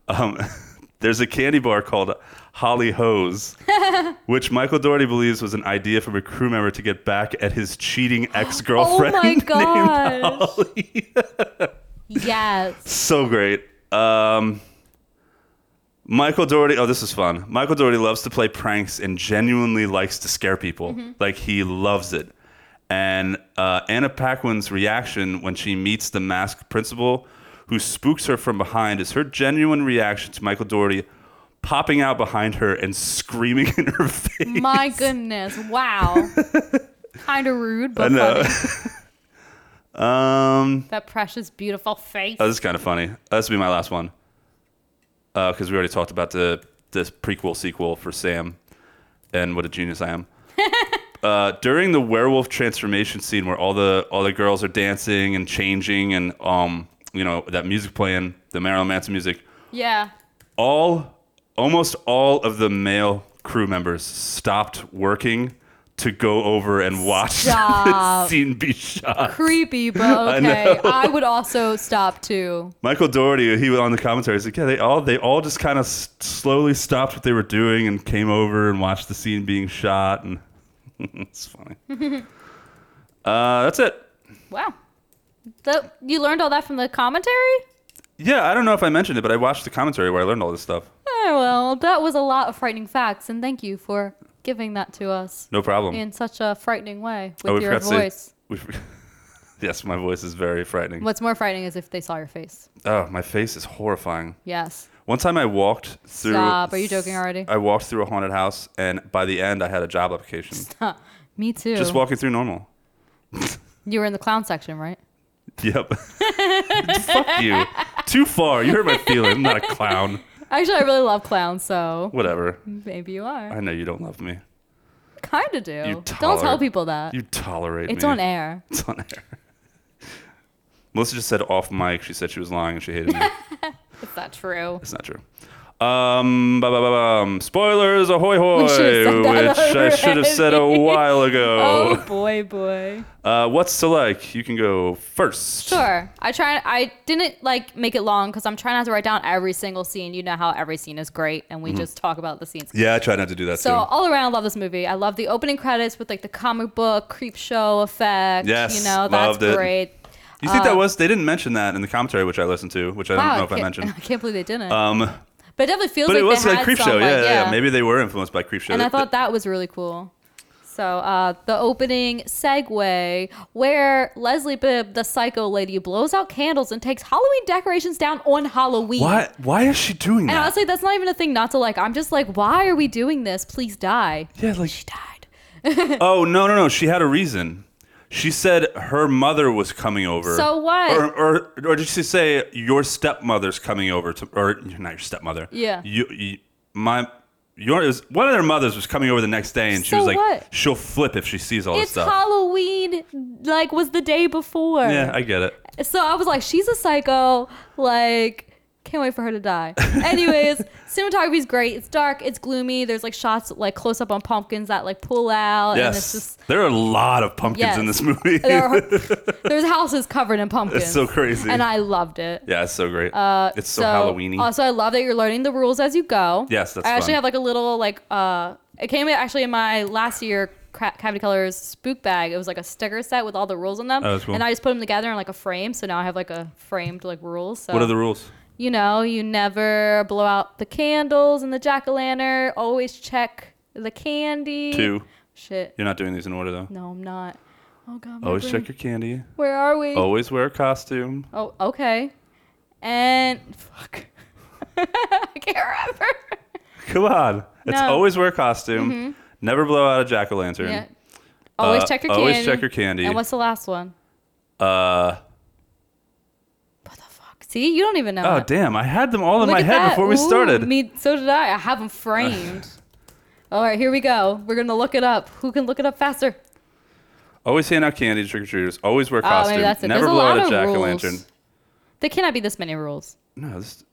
A: Um, [LAUGHS] there's a candy bar called Holly Hose,
B: [LAUGHS]
A: which Michael Doherty believes was an idea from a crew member to get back at his
B: [GASPS]
A: cheating ex girlfriend. [LAUGHS]
B: oh my gosh. yes.
A: so great. Um, Michael Doherty. Oh, this is fun. Michael Doherty loves to play pranks and genuinely likes to scare people. Like he loves it. And uh, Anna Paquin's reaction when she meets the masked principal, who spooks her from behind, is her genuine reaction to Michael Doherty popping out behind her and screaming [LAUGHS] in her face.
B: My goodness.
A: [LAUGHS]
B: Wow. kind of rude, but
A: know.
B: funny.
A: [LAUGHS] um.
B: That precious, beautiful face.
A: Oh, this is kind of funny. This will be my last one. Because we already talked about the this prequel sequel for Sam and what a genius I am. uh, during the werewolf transformation scene where all the all the girls are dancing and changing and um you know that music playing the Marilyn Manson music
B: yeah.
A: all almost all of the male crew members stopped working to go over and watch [LAUGHS] the
B: Stop.
A: scene be shot. [LAUGHS]
B: Creepy, but okay. I, would also stop too.
A: Michael Doherty, he was on the commentary. He's like, yeah, they all they all just kind of s- slowly stopped what they were doing and came over and watched the scene being shot, and [LAUGHS] it's funny.
B: [LAUGHS]
A: uh, that's it.
B: Wow. The, you learned all that from the commentary?
A: Yeah, I don't know if I mentioned it, but I watched the commentary where I learned all this stuff.
B: Oh, well, that was a lot of frightening facts, and thank you for giving that to us
A: No problem.
B: in such a frightening way with
A: Oh, we
B: your
A: forgot to say-
B: voice.
A: we for- [LAUGHS] yes, my voice is very frightening.
B: What's more frightening is if they saw your face.
A: Oh, my face is horrifying.
B: Yes.
A: One time I walked through.
B: Stop. Are you joking already?
A: I walked through a haunted house, and by the end, I had a job application.
B: Huh. Me too.
A: Just walking through normal.
B: you were in the clown section, right?
A: Yep. Fuck you. Too far. You hurt my feelings. I'm not a clown.
B: Actually, I really love clowns, so
A: Whatever.
B: maybe you are.
A: I know you don't love me.
B: Kind of do.
A: You
B: Don't
A: tolerate-
B: tell people that.
A: You tolerate me.
B: it's on air.
A: It's on air. Melissa just said off mic. She said she was lying and she hated me.
B: It's not true.
A: It's not true. Um, ba ba ba bum. Spoilers, ahoy hoy,
B: We should've said that
A: which I should have said
B: [LAUGHS]
A: a
B: already.
A: while
B: Oh
A: ago.
B: boy, boy.
A: Uh, what's to like? You can go first.
B: Sure. I try. I didn't like make it long because I'm trying not to write down every single scene. You know how every scene is great, and we just talk about the scenes.
A: Mm-hmm. Yeah, I tried not to do that
B: So
A: too.
B: all around, I love this movie. I love the opening credits with like the comic book creep show effect.
A: Yes,
B: you know that's
A: loved it.
B: great.
A: You think that
B: uh,
A: was? They didn't mention that in the commentary, which I listened to, which I don't know if I
B: can't- [LAUGHS]
A: mentioned.
B: I can't believe they didn't.
A: Um,
B: but it definitely feels
A: but
B: like
A: it was
B: they
A: like
B: had
A: Creepshow.
B: some, like,
A: yeah, yeah, yeah. Maybe they were influenced by Creepshow.
B: and
A: They-
B: I thought that was really cool. So uh, the opening segue where Leslie Bibb, the psycho lady, blows out candles and takes Halloween decorations down on Halloween.
A: Why? Why is she doing
B: And
A: that?
B: honestly, that's not even a thing not to like. I'm just like, why are we doing this? Please die.
A: yeah, like.
B: She died. [LAUGHS]
A: Oh no, no, no. She had a reason. She said her mother was coming over.
B: So what?
A: Or, or, or did she say your stepmother's coming over to, or not your stepmother?
B: Yeah.
A: You, you my, your it was, one of their mothers was coming over the next day, and she
B: So
A: was like,
B: what?
A: she'll flip if she sees all this
B: It's
A: stuff.
B: Halloween, like was the day before.
A: yeah, I get it.
B: So I was like, she's a psycho. Like, can't wait for her
A: [LAUGHS]
B: to die. Anyways, cinematography's great. It's dark. It's gloomy. There's like shots like close up on pumpkins that like pull out. And it's
A: Yes,
B: just
A: there are a lot of pumpkins in
B: Yes.
A: this movie. [LAUGHS]
B: there are, there's houses covered in pumpkins.
A: it's so crazy.
B: And I loved it.
A: yeah, it's so great. it's so,
B: Uh, So,
A: Halloweeny.
B: Also, I love that you're learning the rules as you go.
A: Yes, that's
B: I actually
A: fun.
B: have like a little like uh, it came actually in my last year Cra- cavity colors spook bag. It was like a sticker set with all the rules on them,
A: Oh, that's cool.
B: and I just put them together in like a frame. So now I have like a framed like rules. So
A: What are the rules?
B: you know, you never blow out the candles and the jack o' lantern. Always check the candy.
A: Two.
B: Shit.
A: You're not doing these in order though.
B: No, I'm not. Oh god. My
A: Always
B: brain.
A: check your
B: [LAUGHS]
A: candy.
B: Where are we?
A: Always wear a costume.
B: Oh, okay. And fuck. [LAUGHS] I can't remember.
A: Come on. It's
B: No. Mm-hmm.
A: always wear a costume. Never blow out a jack o' lantern.
B: Yeah. Always
A: Uh,
B: check your candy.
A: always check your candy.
B: And what's the last one?
A: Uh,
B: What the fuck? See, you don't even know.
A: oh,
B: it.
A: damn. I had them all in
B: Uh, Look
A: my
B: at
A: head
B: that.
A: before we
B: Ooh,
A: started. [LAUGHS]
B: Me, so did I.
A: [SIGHS]
B: I have them framed. All right, here we go. We're gonna look it up. Who can look it up faster?
A: Always hand out candy to trick or treaters. Always wear a
B: Oh,
A: costume.
B: maybe that's it.
A: Never
B: There's a
A: blow
B: lot
A: out a
B: of
A: jack o'
B: rules.
A: lantern.
B: There cannot be this many rules.
A: No, this.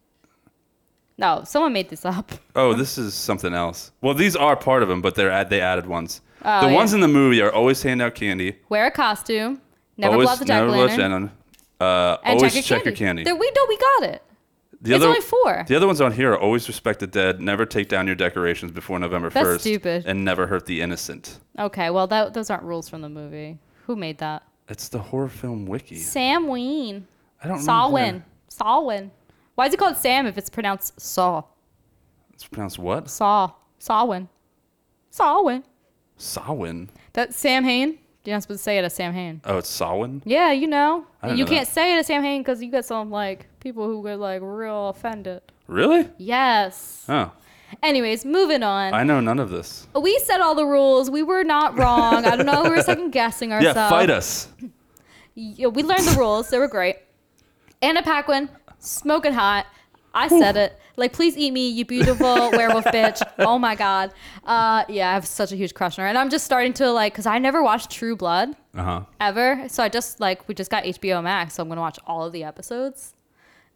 B: No, someone made this up. [LAUGHS]
A: Oh, this is something else. Well, these are part of them, but they're add, they added ones.
B: Oh,
A: the
B: yeah.
A: ones in the movie are always hand out candy.
B: Wear a costume. Never
A: always
B: blow out the jack
A: never
B: o'
A: blow out
B: lantern.
A: Shannon. Uh,
B: And
A: always
B: check your
A: candy.
B: candy. There, we know we got it.
A: The
B: it's only four.
A: The other ones on here are always respect the dead, never take down your decorations before November
B: That's
A: 1st,
B: stupid.
A: and never hurt the innocent.
B: Okay, well that, those aren't rules from the movie. Who made that?
A: It's the horror film wiki.
B: Sam Ween.
A: I don't know.
B: Salwin.
A: who-
B: Salwin. Why is it called Sam if it's pronounced Saw?
A: It's pronounced what?
B: Saw. Sawin. Sawin.
A: Sawin.
B: That's Sam Hain. You're not supposed to say it as Sam Hain.
A: Oh, it's Sawin?
B: Yeah, you know.
A: I didn't
B: you
A: know
B: can't
A: that.
B: say it as Sam Hain because you got some like people who get like real offended.
A: Really?
B: Yes.
A: Oh,
B: Anyways, moving on.
A: I know none of this.
B: we said all the rules. We were not wrong. I don't know. We were second guessing
A: [LAUGHS]
B: ourselves.
A: Yeah, fight us.
B: Yeah, we learned the rules. They were great. Anna Paquin, smoking hot. I said it. Like, please eat me, you beautiful werewolf bitch. Oh my god. Uh, yeah, I have such a huge crush on her, and I'm just starting to like, cause I never watched True Blood
A: Uh huh.
B: ever. So I just like, we just got HBO Max, so I'm gonna watch all of the episodes,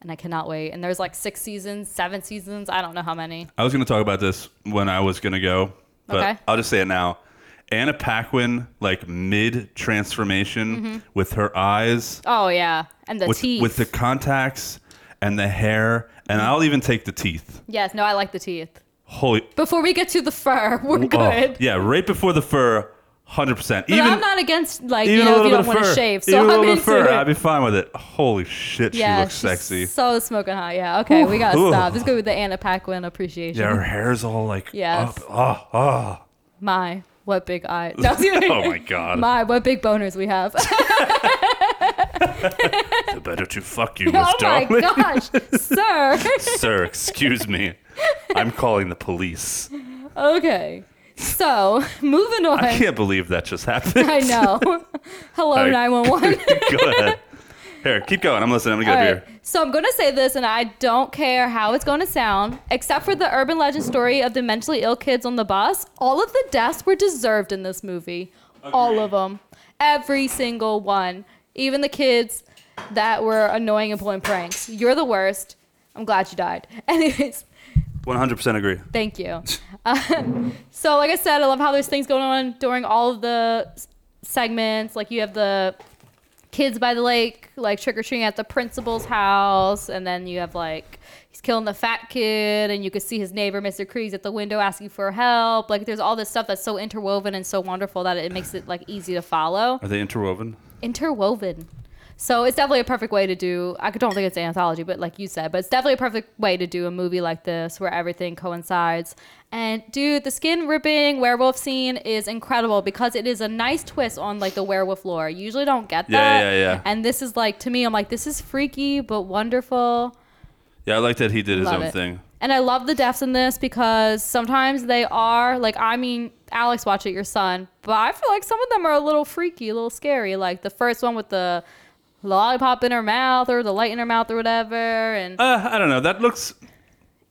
B: and I cannot wait. And there's like six seasons, seven seasons. I don't know how many.
A: I was going to talk about this when I was going to go, but
B: Okay.
A: I'll just say it now. Anna Paquin, like mid transformation with her eyes,
B: Oh yeah, and Mm-hmm. the
A: with,
B: teeth.
A: with the contacts and the hair, and I'll even take the teeth.
B: yes, no, I like the teeth. [LAUGHS]
A: Holy.
B: Before we get to the fur, [LAUGHS] we're good.
A: Oh, yeah, right before the fur, 100%.
B: But
A: Even,
B: I'm not against like
A: even
B: you
A: a
B: know if
A: little bit
B: you don't
A: of
B: want
A: fur.
B: to shave. So
A: even a
B: I'm
A: little bit
B: into
A: of fur.
B: it.
A: I'd be fine with it. Holy shit, she looks
B: she's
A: sexy.
B: So smoking hot. Yeah. Okay, we got to
A: Ooh.
B: stop. This is gonna be the Anna Paquin appreciation.
A: Yeah, her hair's all like
B: Yes.
A: up. Oh,
B: [LAUGHS]
A: oh.
B: My what
A: [LAUGHS]
B: big eye. No, [LAUGHS]
A: oh my god.
B: My what big boners we have.
A: the better to fuck you, Miss
B: [LAUGHS] [LAUGHS] oh my
A: [LAUGHS] Darling.
B: gosh, sir.
A: Sir, excuse
B: [LAUGHS]
A: me. I'm calling the police.
B: okay, so moving on.
A: I can't believe that just happened.
B: I know. Hello,
A: I-
B: nine one
A: [LAUGHS]
B: one.
A: Go ahead. Here, keep going. I'm listening. I'm gonna
B: All
A: get a
B: right.
A: beer.
B: So I'm going to say this, and I don't care how it's going to sound, except for the urban legend story of the mentally ill kids on the bus. All of the deaths were deserved in this movie. All of them. Every single one. Even the kids that were annoying and pulling pranks. You're the worst. I'm glad you died. [LAUGHS] Anyways,
A: 100% agree.
B: Thank you. Uh, so, like I said, I love how there's things going on during all of the s- segments. Like you have the kids by the lake, like trick or treating at the principal's house, and then you have like he's killing the fat kid, and you could see his neighbor, Mr. Kriegs, at the window asking for help. Like there's all this stuff that's so interwoven and so wonderful that it makes it like easy to follow.
A: Are they interwoven?
B: Interwoven. So it's definitely a perfect way to do. I don't think it's an anthology, but like you said, but it's definitely a perfect way to do a movie like this where everything coincides. And dude, the skin ripping werewolf scene is incredible because it is a nice twist on like the werewolf lore. You usually don't get
A: Yeah,
B: that.
A: yeah, yeah.
B: And this is like to me, I'm like, this is freaky but wonderful.
A: Yeah, I like that he did his
B: Love
A: own
B: it.
A: thing.
B: And I love the deaths in this because sometimes they are like I mean, Alex watch it, your son, but I feel like some of them are a little freaky, a little scary. Like the first one with the lollipop in her mouth or the light in her mouth or whatever. And
A: Uh, I don't know. That looks,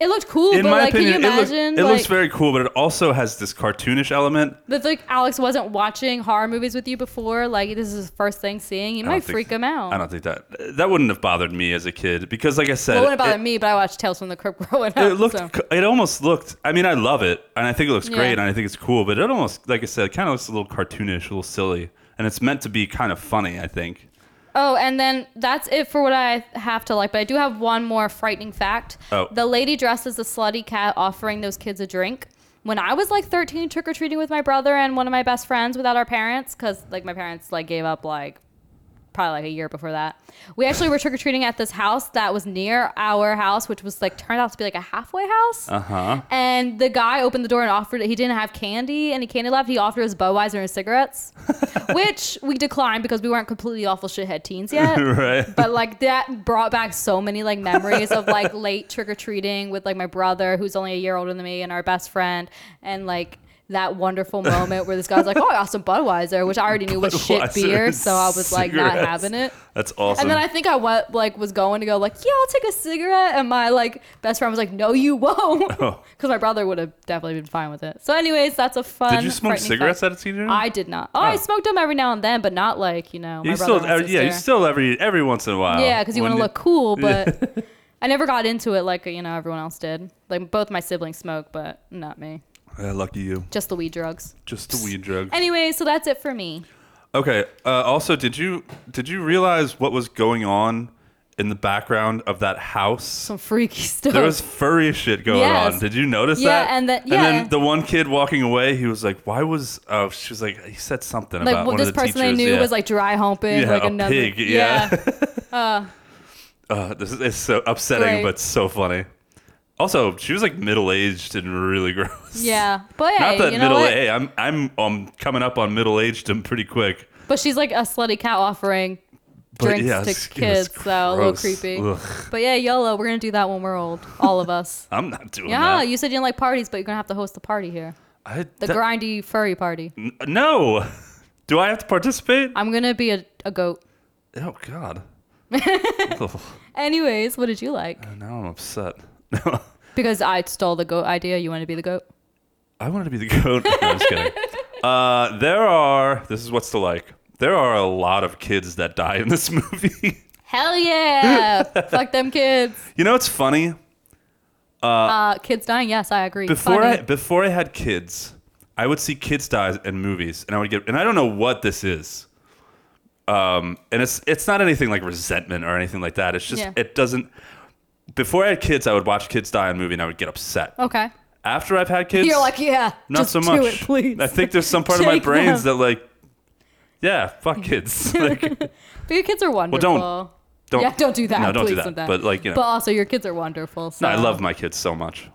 B: it looked cool,
A: in
B: but
A: my
B: like
A: opinion,
B: can you
A: it, look-
B: imagine
A: it
B: like
A: looks very cool, but it also has this cartoonish element.
B: that like Alex wasn't watching horror movies with you before, like this is his first thing seeing, he
A: I
B: might
A: don't think-
B: freak him out.
A: I don't think that that wouldn't have bothered me as a kid because, like I said,
B: well, it wouldn't
A: it-
B: bother me, but I watched Tales from the Crypt [LAUGHS] growing up.
A: It looked.
B: so.
A: c- It almost looked. I mean, I love it, and I think it looks
B: Yeah.
A: great, and I think it's cool. But it almost, like I said, kind of looks a little cartoonish, a little silly, and it's meant to be kind of funny. I think. [LAUGHS]
B: Oh, and then that's it for what I have to like. But I do have one more frightening fact.
A: Oh.
B: The lady dressed as a slutty cat offering those kids a drink. When I was like 13, trick or treating with my brother and one of my best friends without our parents, because like my parents like gave up like probably like a year before that. We actually were trick or treating at this house that was near our house, which was like turned out to be like a halfway house.
A: Uh huh.
B: And the guy opened the door and offered it. He didn't have candy, any candy left. He offered us Budweiser
A: [LAUGHS]
B: and cigarettes, which we declined because we weren't completely awful shithead teens yet.
A: [LAUGHS] Right.
B: But like that brought back so many like memories
A: [LAUGHS]
B: of like late trick or treating with like my brother, who's only a year older than me, and our best friend, and like that wonderful moment where this
A: [LAUGHS]
B: guy's like, "Oh, I got some Budweiser," which I already knew was shit
A: Budweiser
B: beer,
A: and
B: so I was like not
A: cigarettes.
B: having it.
A: That's awesome.
B: And then I think I went like was going to go like, yeah, I'll take a cigarette, and my like best friend was like, no, you won't, because
A: [LAUGHS]
B: [LAUGHS]
A: Oh.
B: my brother would have definitely been fine with it. So, anyways, that's a fun.
A: Did you smoke
B: frightening
A: cigarettes
B: fact.
A: at a teenager?
B: I did not. Oh, I
A: Oh.
B: smoked them every now and then, but not like you know. My
A: You
B: brother
A: still,
B: and my
A: uh, yeah, you
B: sister.
A: still every every once in a while.
B: Yeah, because you
A: when
B: want to
A: [LAUGHS]
B: look cool, but I never got into it like you know everyone else did. Like both my siblings smoke, but not me.
A: Yeah, lucky you.
B: Just the weed drugs.
A: Just the weed drug.
B: Anyway, so that's it for me.
A: Okay. Uh, also, did you did you realize what was going on in the background of that house?
B: [LAUGHS] Some
A: [LAUGHS]
B: freaky stuff.
A: There was furry shit going
B: Yes.
A: on. Did you notice
B: Yeah,
A: that?
B: and the- yeah.
A: then the one kid walking away, he was like, "Why was?" Oh, she was like, "He said something
B: like
A: about
B: well,
A: one
B: this
A: of the
B: person
A: teachers."
B: I knew
A: yeah.
B: was like dry humping,
A: Yeah,
B: like
A: a
B: another
A: pig, yeah.
B: yeah.
A: Uh, this is it's so upsetting,
B: Right.
A: but so funny. Also, she was like middle aged and really [LAUGHS] gross.
B: Yeah, but hey,
A: Not that
B: you know
A: middle
B: what?
A: aged. I'm I'm um, coming up on middle aged and pretty quick.
B: But she's like a slutty cat offering
A: But
B: drinks
A: yeah,
B: to
A: it's- [LAUGHS] it was
B: kids, so a little
A: gross.
B: creepy.
A: Ugh.
B: But yeah, YOLO, we're gonna do that when we're old, all of us.
A: [LAUGHS] I'm not doing
B: yeah,
A: that.
B: you said you didn't like parties, but you're gonna have to host the party here,
A: I,
B: the
A: that- Mm.
B: grindy furry party.
A: n- No. [LAUGHS] Do I have to participate?
B: I'm gonna be a, a goat.
A: oh God. Ugh.
B: Anyways, what did you like?
A: now I'm upset. [LAUGHS]
B: Because I stole the goat idea. You want to be the goat?
A: I wanted to be the goat. [LAUGHS] No, I'm just kidding. Uh, there are. This is what's to like. There are a lot of kids that die in this [LAUGHS] movie. [LAUGHS]
B: Hell yeah! Fuck them kids.
A: you know, it's funny.
B: Uh, kids dying. Yes, I agree.
A: Before
B: Funny.
A: I before I had kids, I would see kids die in movies, and I would get. And I don't know what this is. Um, and it's it's not anything like resentment or anything like that. It's just
B: Yeah.
A: it doesn't. Before I had kids, I would watch kids die in a movie, and I would get upset.
B: okay.
A: After I've had kids,
B: Oh. You're like, yeah.
A: Not
B: just
A: so
B: do
A: much.
B: it, please.
A: I think there's some part of my
B: Take
A: brains
B: them.
A: that like, yeah,
B: [LAUGHS]
A: fuck kids. Like,
B: But your kids are wonderful.
A: don't- don't
B: yeah, don't do that.
A: No, don't
B: please
A: do that. But like you know,
B: But also, your kids are wonderful. So.
A: no, I love my kids so much.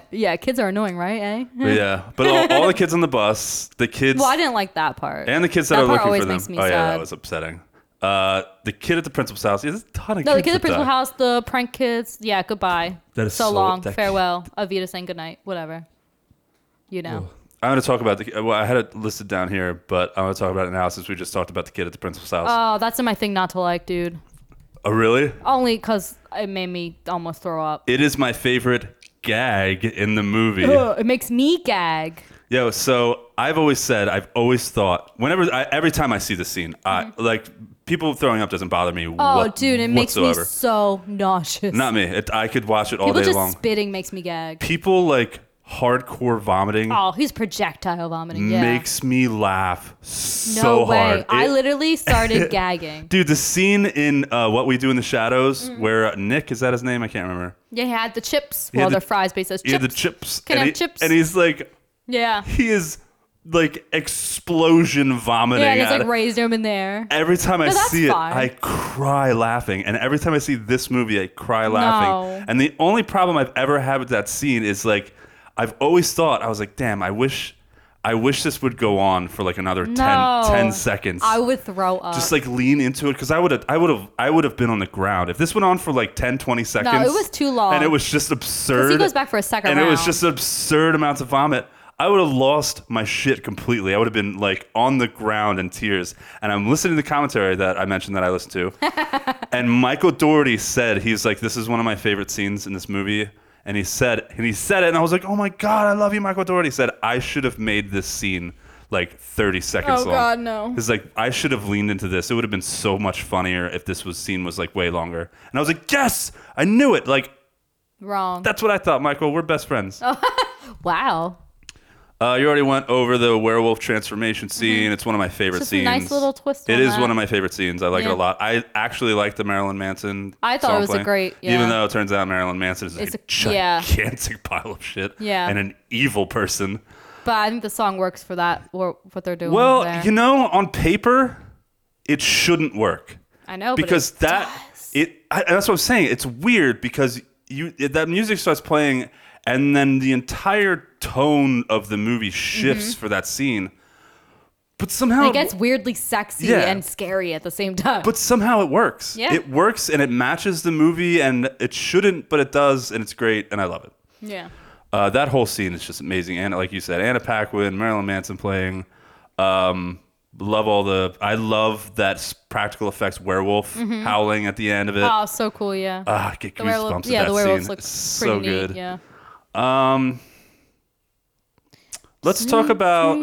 A: um,
B: yeah, kids are annoying, right? Eh?
A: but yeah, but all, all the kids on the bus,
B: [LAUGHS]
A: the kids,
B: Well, I didn't like that part.
A: and the kids that,
B: that
A: are
B: part
A: looking
B: always
A: for them.
B: makes me
A: oh yeah, that
B: sad.
A: was upsetting. Uh, the kid at the principal's house. Yeah, there's a ton of
B: no, the
A: kids.
B: kids
A: that
B: at Principal
A: die.
B: House, the prank kids. Yeah, goodbye.
A: That is
B: so,
A: so-
B: long.
A: that-
B: Farewell. Avita saying goodnight. Whatever. You know.
A: I'm going to talk about the. Well, I had it listed down here, but I'm going to talk about it now since we just talked about the kid at the principal's house.
B: Oh, that's in my thing not to like, dude.
A: oh, really?
B: Only because it made me almost throw up.
A: It is my favorite gag in the movie.
B: Ugh, it makes me gag.
A: Yo, so I've always said, I've always thought, whenever, I, every time I see this scene, I, like people throwing up doesn't bother me.
B: Mm-hmm. Oh,
A: what-
B: dude, it makes
A: whatsoever.
B: me so nauseous.
A: Not me. It, I could watch it all
B: People
A: day
B: just
A: long.
B: spitting makes me gag.
A: people like hardcore vomiting
B: Oh, he's projectile vomiting. Yeah.
A: makes me laugh
B: no
A: so
B: way.
A: hard.
B: I
A: It- [LAUGHS]
B: literally started gagging.
A: Dude, the scene in uh, What We Do in the Shadows
B: Mm.
A: where uh, Nick, is that his name? I can't remember.
B: Yeah, he had the chips.
A: had
B: well,
A: the-
B: they're fries, but he says
A: He had
B: chips.
A: the chips.
B: Can
A: and
B: I have
A: he-
B: chips?
A: And he's like,
B: yeah.
A: he is like explosion vomiting.
B: Yeah, and it's
A: at
B: like raised him in there.
A: every time I
B: No, that's
A: see it,
B: fine.
A: I cry laughing. And every time I see this movie, I cry laughing.
B: No.
A: And the only problem I've ever had with that scene is like, I've always thought, I was like, damn, I wish. I wish this would go on for like another ten,
B: No.
A: ten 10 seconds
B: I would throw up.
A: just like lean into it because I would have I would have I would have been on the ground if this went on for like 10 20 seconds.
B: was too long.
A: And it was just absurd.
B: goes back for a second
A: And it was
B: round.
A: just absurd amounts of vomit. I would have lost my shit completely. I would have been like on the ground in tears. And I'm listening to the commentary that I mentioned that I listened to.
B: [LAUGHS]
A: and Michael Doherty said he's like this is one of my favorite scenes in this movie. And he said and he said it and I was like, "Oh my god, I love you, Michael Doherty." He said I should have made this scene like 30 seconds
B: Oh,
A: long.
B: God, no.
A: It's like I should have leaned into this. It would have been so much funnier if this was scene was like way longer. And I was like, yes, I knew it. Like
B: Wrong.
A: that's what I thought, Michael. We're best friends.
B: wow.
A: Uh, you already went over the werewolf transformation scene. It's one of my favorite
B: Just a
A: scenes.
B: Mm-hmm. nice little twist
A: It
B: on
A: is
B: that.
A: one of my favorite scenes. I like it a
B: Yeah.
A: lot. I actually like the Marilyn Manson.
B: I thought it
A: song
B: was a
A: playing,
B: great- yeah.
A: Even though it turns out Marilyn Manson is
B: It's
A: a,
B: a- yeah.
A: gigantic [LAUGHS] pile of shit.
B: Yeah.
A: And an evil person.
B: But I think the song works for that, or what they're doing.
A: Well,
B: there.
A: you know, on paper, it shouldn't work.
B: I know, Oh, but it
A: because that it. I, that's what I'm saying. It's weird because you it, that music starts playing, and then the entire tone of the movie shifts for that scene. But somehow
B: Mm-hmm. it gets weirdly sexy
A: Yeah.
B: and scary at the same time.
A: But somehow it works.
B: Yeah.
A: It works and it matches the movie, and it shouldn't, but it does, and it's great, and I love it.
B: yeah.
A: Uh, that whole scene is just amazing. And like you said, Anna Paquin, Marilyn Manson playing. Um, love all the. I love that s- practical effects werewolf howling at the end of it.
B: Mm-hmm. Oh, so cool. Yeah.
A: Ah, I get
B: the
A: goosebumps
B: werewolves.
A: at
B: Yeah,
A: that
B: the werewolves
A: scene.
B: look
A: It's
B: pretty
A: so
B: neat.
A: good.
B: Yeah.
A: Um, let's
B: [LAUGHS]
A: talk about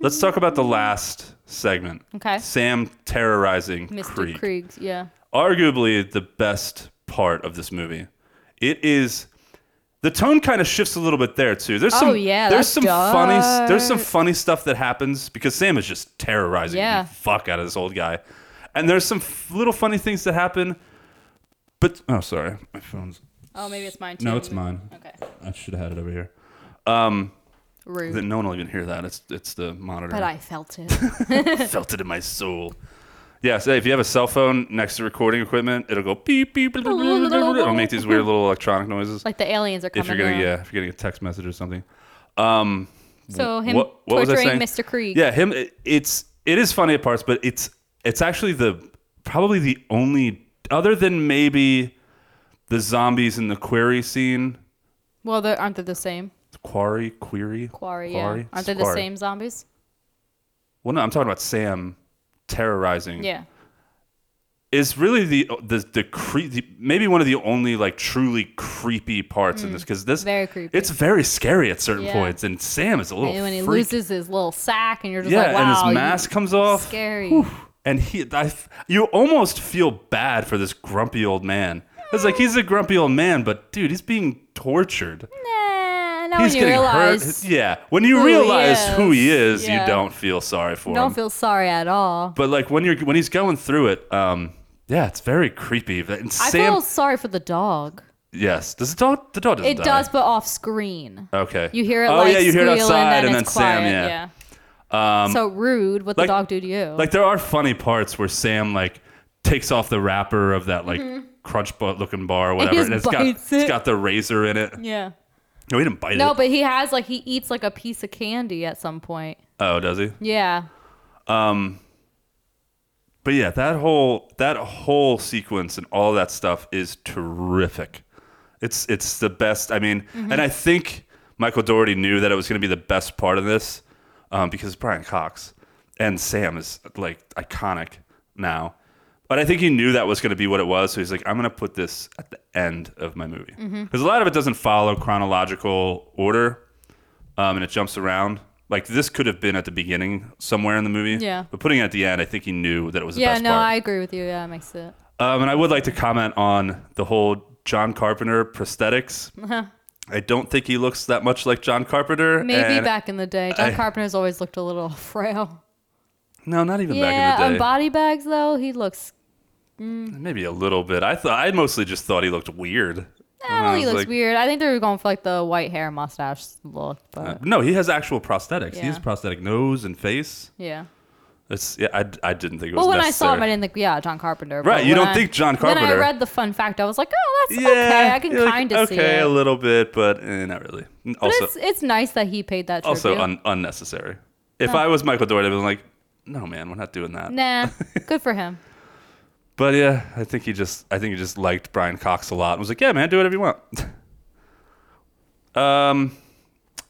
A: let's talk about the last segment.
B: Okay.
A: Sam terrorizing
B: Mr.
A: Creek.
B: Kriegs. Yeah.
A: Arguably the best part of this movie. It is the tone kind of shifts a little bit there too. There's some
B: Oh, yeah,
A: there's some
B: that's
A: funny s- there's some
B: dark.
A: funny stuff that happens because Sam is just terrorizing
B: Yeah.
A: the fuck out of this old guy. And there's some f- little funny things that happen. But oh sorry, my phone's
B: Oh, maybe it's mine too.
A: No, it's mine.
B: Okay.
A: I should have had it over here.
B: Rude.
A: That no one will even hear that. It's it's the monitor.
B: but I felt it.
A: [LAUGHS] felt it in my soul. Yeah, so if you have a cell phone next to recording equipment, it'll go beep beep. blah, blah, blah, blah, blah. It'll make these weird little electronic noises.
B: like the aliens are coming.
A: if you're gonna
B: now.
A: yeah, if you're getting a text message or something. Um,
B: So him
A: what, what was I
B: torturing
A: saying?
B: Mr. Krieg.
A: Yeah, him. it- It's it is funny at parts, but it's it's actually the probably the only other than maybe the zombies in the quarry scene.
B: Well, they aren't they the same?
A: Quarry, query,
B: Quarry. Yeah. Aren't they the
A: Quarry.
B: same zombies?
A: Well, no, I'm talking about Sam terrorizing.
B: Yeah.
A: is really the the the, cre- the maybe one of the only like truly creepy parts in this because this
B: Mm. Very creepy.
A: It's very scary at certain
B: Yeah.
A: points, and Sam is a little
B: And when he
A: Oh, freak.
B: loses his little sack, and you're just
A: yeah,
B: like, wow,
A: and his
B: you-
A: mask comes off,
B: scary.
A: and he I, f- you almost feel bad for this grumpy old man. It's like he's a grumpy old man, but dude, he's being tortured.
B: Nah, now
A: he's
B: when you
A: getting
B: realize,
A: hurt. Yeah, when you
B: who he
A: realize who he
B: is,
A: is,
B: yeah.
A: you don't feel sorry for him.
B: don't feel sorry at all.
A: but like when you're when he's going through it, um, yeah, it's very creepy. And
B: I
A: Sam,
B: feel sorry for the dog.
A: Yes. Does the dog? The dog doesn't
B: It
A: die.
B: does, but off screen.
A: Okay.
B: You hear it.
A: Oh
B: like,
A: yeah, you hear it
B: squeal
A: outside, and then,
B: it's
A: Sam.
B: quiet,
A: Yeah. Um,
B: so rude. What
A: like-
B: the dog do to you?
A: Like there are funny parts where Sam like takes off the wrapper of that like crunch butt looking bar or whatever,
B: Mm-hmm.
A: and it's
B: just
A: got
B: bites
A: has
B: it.
A: got the razor in it.
B: yeah.
A: No, he didn't bite
B: No,
A: it.
B: but he has like he eats like a piece of candy at some point.
A: oh, does he?
B: Yeah.
A: But yeah, that whole that whole sequence and all that stuff is terrific. It's it's the best. I mean, and I think Michael Doherty knew that it was going to be the best part of this um, because Brian Cox and Sam is like iconic now. But I think he knew that was going to be what it was, so he's like, "I'm going to put this at the end of my movie because a lot of it doesn't follow chronological order." um, and it jumps around. Like this could have been at the beginning somewhere in the movie.
B: Yeah.
A: But putting it at the end, I think he knew that it was the
B: Yeah,
A: best
B: no,
A: part.
B: I agree with you. Yeah, it makes it.
A: Um, and I would like to comment on the whole John Carpenter prosthetics. I don't think he looks that much like John Carpenter.
B: Uh-huh. Maybe
A: and-
B: back in the day, John
A: I-
B: Carpenter's always looked a little [LAUGHS] frail.
A: No, not even
B: Yeah,
A: back in
B: on
A: the day.
B: body bags though, he looks.
A: Maybe a little bit. I thought I mostly just thought he looked weird.
B: I don't
A: I
B: think oh, he
A: was
B: looks
A: like- Uh,
B: weird. I think they were going for like the white hair mustache look, but
A: No, he has actual prosthetics. He has
B: Yeah.
A: prosthetic nose and face.
B: yeah.
A: It's yeah, I, I didn't think it was.
B: Well, when
A: necessary.
B: I saw him, I didn't think, yeah, John Carpenter. but
A: Right, you
B: when
A: don't
B: I-
A: think John
B: When I
A: Carpenter.
B: read the fun fact, I was like, oh, that's
A: Yeah,
B: okay. I can
A: you're like,
B: kind of
A: okay,
B: see it.
A: a little bit, but eh, not really.
B: But
A: also,
B: it's, it's nice that he paid that tribute.
A: also un- unnecessary. If I was Michael Dorn, I'd been like, no, man, we're not doing that. [LAUGHS]
B: nah, good for him.
A: But yeah, I think he just I think he just liked Brian Cox a lot and was like, Yeah, man, do whatever you want. [LAUGHS] um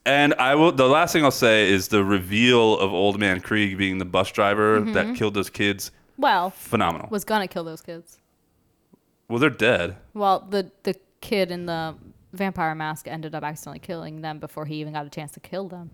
A: and I will the last thing I'll say is the reveal of old man Krieg being the bus driver that killed those kids,
B: Well,
A: phenomenal.
B: Mm-hmm. was gonna kill those kids.
A: well, they're dead.
B: Well, the the kid in the vampire mask ended up accidentally killing them before he even got a chance to kill them.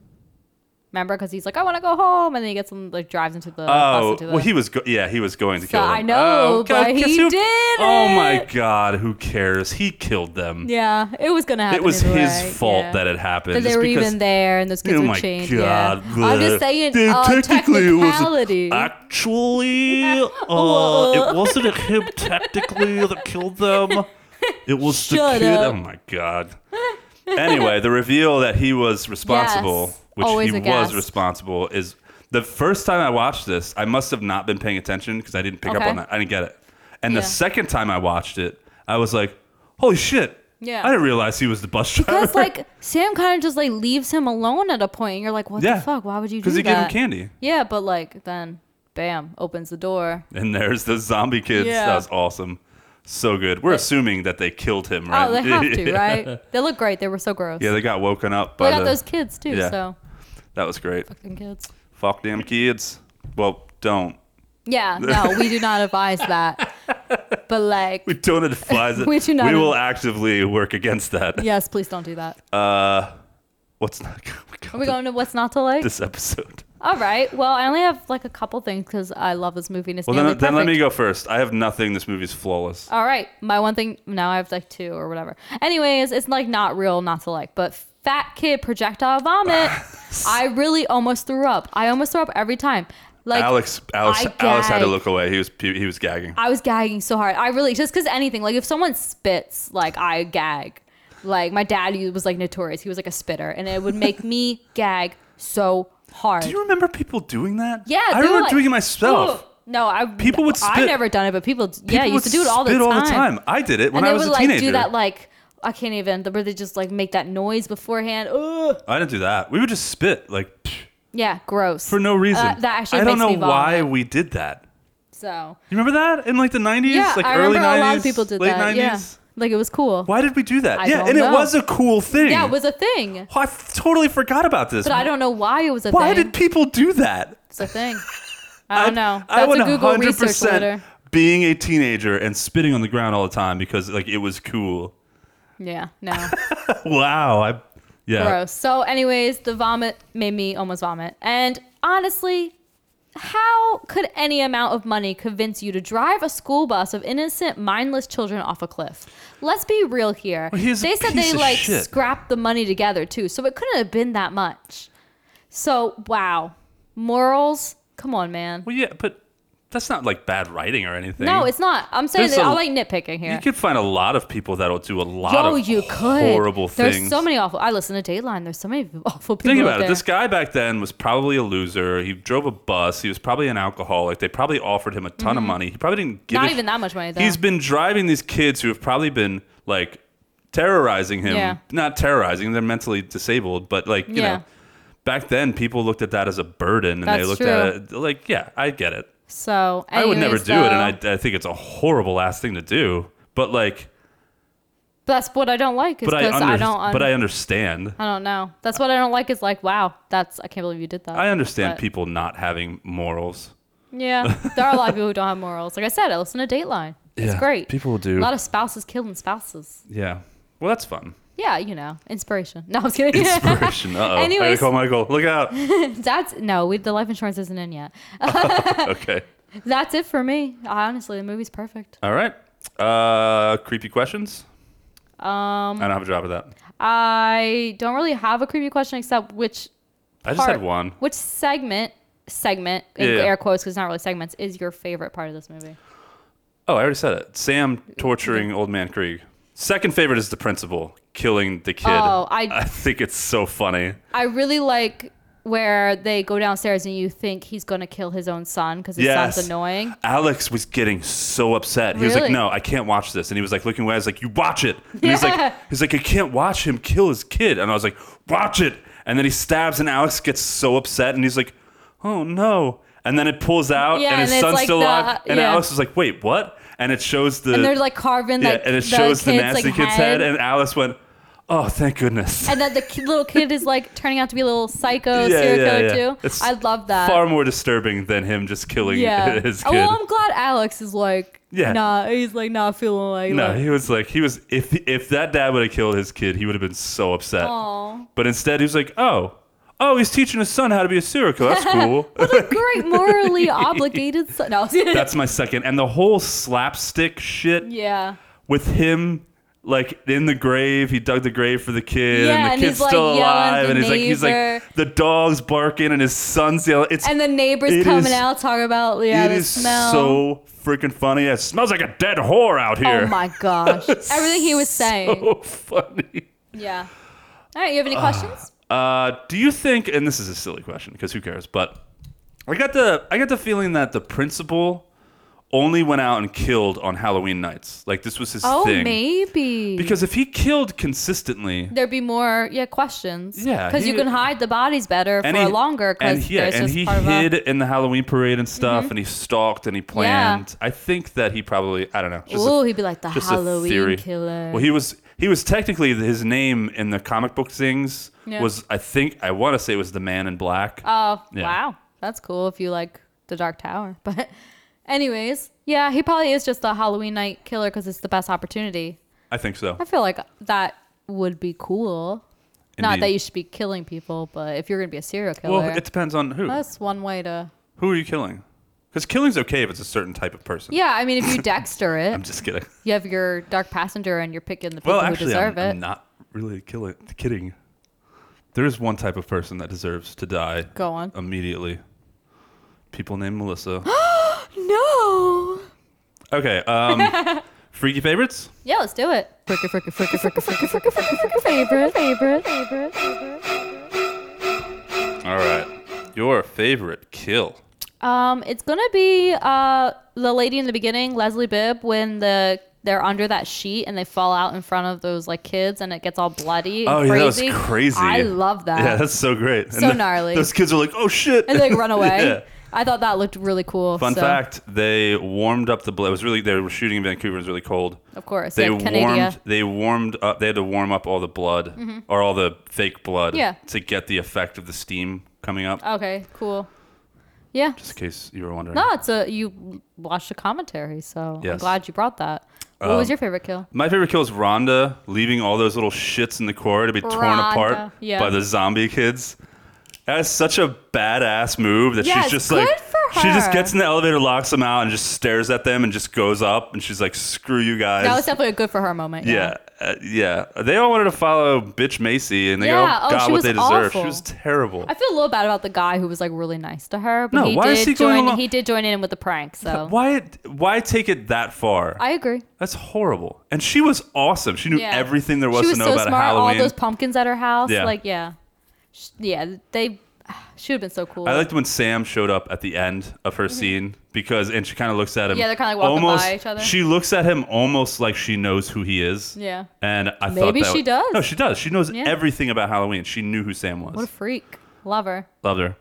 B: Remember, because he's like, I want to go home, and then he gets him like drives into the bus
A: Oh,
B: into the.
A: well, he was go- yeah, he was going to
B: So
A: kill them.
B: I know,
A: Oh, God,
B: but he
A: guess who-
B: did
A: Oh my
B: it.
A: god, who cares? He killed them.
B: yeah, it was gonna happen.
A: it was
B: either
A: his
B: way,
A: fault
B: yeah.
A: that it happened.
B: That they
A: just
B: were
A: because-
B: even there, and those kids
A: Oh
B: were
A: my
B: chained.
A: god!
B: yeah. I'm
A: bleh.
B: just saying,
A: Dude,
B: uh,
A: technically it was
B: technicality. [LAUGHS]
A: actually uh, it wasn't him technically that killed
B: [LAUGHS]
A: them. It was the
B: Shut
A: kid. Oh
B: up.
A: my god! Anyway, the reveal that he was responsible,
B: Yes.
A: which
B: Always
A: he was
B: aghast.
A: responsible, is the first time I watched this. I must have not been paying attention because I didn't pick up
B: Okay.
A: on that. I didn't get it. And the
B: Yeah.
A: second time I watched it, I was like, "Holy shit!"
B: Yeah.
A: I didn't realize he was the bus driver.
B: Because like Sam kind of just like leaves him alone at a point, and you're like, what
A: Yeah.
B: the fuck? Why
A: [LAUGHS]
B: would you do
A: because
B: that?
A: he gave him candy.
B: Yeah, but like then, bam, opens the door.
A: And there's the zombie kids. That
B: Yeah.
A: was awesome. So good. We're assuming that they killed him, right?
B: Oh, they have
A: [LAUGHS]
B: to,
A: yeah.
B: right? They look great. They were so gross.
A: Yeah, they got woken up
B: they
A: by
B: got
A: the,
B: those kids too.
A: uh, yeah.
B: So
A: That was great.
B: fucking kids.
A: Fuck damn kids. Well, don't. [LAUGHS]
B: Yeah, no, we do not advise that. But like,
A: We [LAUGHS] don't
B: [LAUGHS]
A: advise it.
B: We do not
A: We will
B: adv-
A: actively work against that.
B: yes, please don't do that.
A: Uh, [LAUGHS] what's not going
B: Are we going to what's not to like?
A: this episode?
B: All right. Well, I only have like a couple things because I love this movie and it's
A: Well,
B: nearly
A: then, then let
B: perfect.
A: me go first. I have nothing. This movie's flawless.
B: All right. My one thing now I have like two or whatever. Anyways, it's like not real, not to like, but fat kid projectile
A: [LAUGHS]
B: vomit. I really almost threw up. I almost threw up every time. Like
A: Alex, Alex,
B: I
A: Alex had to
B: gag.
A: look away. He was pu- he was gagging.
B: I was gagging so hard. I really just because anything like if someone spits, like I gag. Like my dad he was like notorious. He was like a spitter, and it would make me gag so hard.
A: Do you remember people doing that?
B: yeah,
A: I
B: they were
A: remember
B: like,
A: doing it myself.
B: "Ugh." No, I
A: People would
B: I
A: spit.
B: never done it, but people, yeah,
A: People
B: used to do it all the
A: spit
B: time.
A: all the time. I did it when I
B: and they
A: was
B: would
A: a
B: like
A: teenager.
B: do that like I can't even where they just like make that noise beforehand. Ugh.
A: I didn't do that. We would just spit like [SNIFFS] psh,
B: Yeah, gross.
A: for no reason.
B: Uh, that actually
A: I don't
B: makes
A: know
B: me
A: why
B: vomit.
A: we did that.
B: So
A: You remember that in like the nineties,
B: yeah,
A: like
B: I
A: early
B: remember
A: nineties,
B: a lot of people did
A: late
B: that. Yeah,
A: 90s?
B: like it was cool.
A: Why did we do that?
B: I
A: yeah,
B: don't
A: and it
B: know.
A: was a cool thing.
B: Yeah, it was a thing,
A: Oh, I f- totally forgot about this.
B: but I don't know why it was a
A: Why
B: thing.
A: did people do that?
B: it's
A: [LAUGHS]
B: a thing? I don't know.
A: I
B: That's
A: would
B: a Google research
A: 100%
B: later.
A: Being a teenager and spitting on the ground all the time because like it was cool.
B: Yeah,
A: [LAUGHS]
B: no.
A: Wow, I yeah.
B: gross. So, anyways, the vomit made me almost vomit. And honestly, how could any amount of money convince you to drive a school bus of innocent, mindless children off a cliff? Let's be real here.
A: Well, he's a
B: they said
A: piece
B: they
A: of
B: like
A: shit.
B: scrapped the money together too, so it couldn't have been that much. So, wow, morals. Come on, man.
A: Well, yeah, but that's not like bad writing or anything.
B: No, it's not. I'm saying
A: There's
B: that
A: a-
B: I like nitpicking here.
A: You could find a lot of people that'll do a lot
B: Yo,
A: of
B: Oh, you could.
A: horrible
B: There's
A: things.
B: so many awful. I listen to Dateline. There's so many [LAUGHS] awful people.
A: Think
B: out
A: about it.
B: there.
A: This guy back then was probably a loser. He drove a bus. He was probably an alcoholic. They probably offered him a ton of money. He probably didn't give
B: Mm-hmm. Not
A: a-
B: even that much money, though.
A: He's been driving these kids who have probably been like terrorizing him.
B: Yeah.
A: Not terrorizing. They're mentally disabled, but like you
B: Yeah.
A: know, back then people looked at that as a burden, and they
B: That's
A: looked
B: true.
A: at it like, yeah, I get it.
B: So
A: I would never
B: anyways,
A: do it,
B: though,
A: and I, I think it's a horrible ass thing to do. But like,
B: that's what I don't like. Is
A: but I,
B: because
A: under-
B: I don't. un-
A: but I
B: I,
A: understand.
B: don't know. That's what I don't like. Is like, wow, that's I can't believe you did that.
A: I understand
B: But-
A: people not having morals.
B: Yeah, there are a
A: [LAUGHS]
B: lot of people who don't have morals. Like I said, I listen to Dateline. It's
A: Yeah, [LAUGHS]
B: great.
A: people do.
B: A lot of spouses killing spouses. [LAUGHS]
A: Yeah. Well, that's fun.
B: yeah, you know, inspiration. No, I was kidding.
A: Inspiration. Uh oh. I gotta
B: Anyways.
A: call Michael. Look out.
B: [LAUGHS] That's no, we, the life insurance isn't in yet.
A: okay.
B: That's it for me. Honestly, the movie's perfect.
A: All right. Uh, creepy questions.
B: Um,
A: I don't have a job with that.
B: I don't really have a creepy question except which
A: I just had
B: part-
A: one.
B: Which segment, segment, in
A: Yeah.
B: air quotes, because it's not really segments, is your favorite part of this movie?
A: Oh, I already said it. Sam torturing old man Krieg. Second favorite is the principal killing the kid.
B: Oh, I-
A: [LAUGHS] I think it's so funny.
B: I really like where they go downstairs and you think he's going to kill his own son because his
A: Yes. Uh,
B: son's annoying.
A: Alex was getting so upset. He was like,
B: Really?
A: "No, I can't watch this." And he was like looking away. I was like, "You watch it." And he's like,
B: Yeah.
A: "He's like, I can't watch him kill his kid." And I was like, "Watch it." And then he stabs, and Alex gets so upset, and he's like, "Oh no!" And then it pulls out,
B: Yeah,
A: and his
B: and it's
A: son's
B: like
A: still
B: the-
A: alive. And
B: yeah.
A: Alex is like, "Wait, what?" And it shows the
B: And they're like carving
A: yeah,
B: like
A: and it
B: the
A: shows the
B: kid's,
A: nasty
B: like,
A: kid's head. and Alice went, "Oh, thank goodness." [LAUGHS]
B: and then the ki- little kid is like turning out to be a little psycho
A: Yeah,
B: serial
A: yeah,
B: killer
A: yeah.
B: too.
A: It's
B: I love that.
A: Far more disturbing than him just killing
B: yeah.
A: [LAUGHS] his
B: Oh,
A: kid.
B: well, I'm glad Alex is like,
A: Yeah.
B: nah, he's like not feeling like.
A: No,
B: like,
A: he was like he was if if that dad would have killed his kid, he would have been so upset.
B: Aw.
A: But instead, he was like, "Oh, oh, he's teaching his son how to be a serial killer. That's
B: [LAUGHS]
A: cool." [LAUGHS]
B: great morally obligated son. No.
A: That's my second. And the whole slapstick shit
B: [LAUGHS] yeah.
A: with him like in the grave, he dug the grave for the kid
B: Yeah,
A: and the
B: and
A: kid's
B: he's, like,
A: still
B: yelling at
A: alive
B: the
A: and he's like he's
B: neighbor.
A: like the dog's barking and his son's yelling. It's
B: And the neighbors
A: It
B: coming
A: is-
B: out talking about yeah
A: it
B: the
A: is
B: smell.
A: so freaking funny. It smells like a dead whore out here.
B: oh my gosh! Everything he was saying.
A: [LAUGHS] So funny.
B: Yeah. All right. You have
A: Ah,
B: any questions?
A: Uh, do you think? And this is a silly question because who cares? But I got the I got the feeling that the principal only went out and killed on Halloween nights. Like this was his
B: Oh,
A: thing.
B: maybe.
A: Because if he killed consistently,
B: There'd be more, yeah, questions.
A: Yeah,
B: because you
A: he-
B: can hide the bodies better for
A: and he,
B: longer.
A: and
B: Because
A: yeah,
B: there's
A: and
B: just
A: he
B: part
A: hid
B: of Mm-hmm.
A: in the Halloween parade and stuff, and he stalked and he planned. I think that he probably I don't know.
B: a,
A: just a-
B: ooh, he'd be like the
A: just a
B: Halloween
A: theory.
B: killer.
A: Well, he was he was technically his name in the comic book things
B: Yeah.
A: was I think I want to say it was the Man in Black.
B: Oh,
A: Yeah.
B: wow. That's cool if you like The Dark Tower. [LAUGHS] But, anyways, yeah, he probably is just a Halloween night killer because it's the best opportunity.
A: I think so.
B: I feel like that would be cool. Not
A: Indeed.
B: that you should be killing people, but if you're going to be a serial killer,
A: Well, it depends on who.
B: that's one way to.
A: Who are you killing? Because killing's okay if it's a certain type of person.
B: Yeah, I mean, if
A: [COUGHS]
B: you Dexter
A: I'm
B: it,
A: just kidding.
B: you have your dark passenger and you're picking the people
A: Well,
B: who
A: actually,
B: deserve
A: I'm,
B: it.
A: I'm not really killing, kidding. There is one type of person that deserves to die.
B: Go on.
A: Immediately. People named Melissa. [GASPS]
B: No!
A: okay. Um,
B: [LAUGHS]
A: freaky favorites?
B: Yeah, let's do it. Fricka, fricka, fricka, fricka, fricka, fricka, fricka, fricka, favorite, favorite, favorite, favorite.
A: All right. Your favorite kill?
B: Um, it's gonna be uh the lady in the beginning, Leslie Bibb, when the they're under that sheet and they fall out in front of those like kids and it gets all bloody. And
A: Oh, yeah, that was
B: crazy.
A: crazy.
B: I love that.
A: Yeah, that's so great. And
B: So
A: the-
B: gnarly.
A: Those kids are like, oh shit. [LAUGHS]
B: and they like, run away.
A: Yeah.
B: I thought that looked really cool.
A: Fun
B: so,
A: fact: They warmed up the. Bl- it was really they were shooting in Vancouver. It was really cold.
B: Of course,
A: they
B: yeah,
A: warmed.
B: Canada. Mm-hmm.
A: They warmed up. They had to warm up all the blood or all the fake blood.
B: Yeah.
A: To get the effect of the steam coming up.
B: Okay, cool. Yeah.
A: Just in case you were wondering.
B: No, it's a you watched the commentary, so I'm
A: Yes. Um,
B: glad you brought that. What was your favorite kill?
A: My favorite kill is Rhonda leaving all those little shits in the corridor to be torn
B: Rhonda,
A: apart
B: yeah.
A: by the zombie kids. That's such a badass move that
B: Yes,
A: she's just
B: good
A: like
B: for
A: she just
B: her.
A: gets in the elevator, locks them out, and just stares at them and just goes up and she's like, "Screw you guys."
B: That was definitely a good for her moment.
A: Yeah, uh, yeah. They all wanted to follow bitch Macy, and they
B: Yeah,
A: all
B: oh,
A: got what
B: she was
A: they deserved. She
B: awful.
A: was terrible.
B: I feel a little bad about the guy who was like really nice to her, but
A: No,
B: he
A: why
B: did
A: is he going
B: join.
A: along-
B: He did join in with the prank, so
A: why? Why take it that far?
B: I agree.
A: That's horrible. And she was awesome. She knew
B: Yeah.
A: everything there was,
B: she was
A: to know
B: so
A: about
B: smart.
A: Halloween.
B: All those pumpkins at her house,
A: Yeah.
B: like yeah, Sh- yeah. They [SIGHS] she would have been so cool.
A: I liked when Sam showed up at the end of her scene because, and she kind of looks at him.
B: Mm-hmm. Yeah, they're kinda like walking by
A: almost,
B: each other.
A: She looks at him almost like she knows who he is.
B: Yeah.
A: And I thought
B: Maybe
A: that
B: she
A: was-
B: does.
A: No, she does. She knows
B: Yeah.
A: everything about Halloween. She knew who Sam was.
B: what a freak. Love her.
A: Loved her.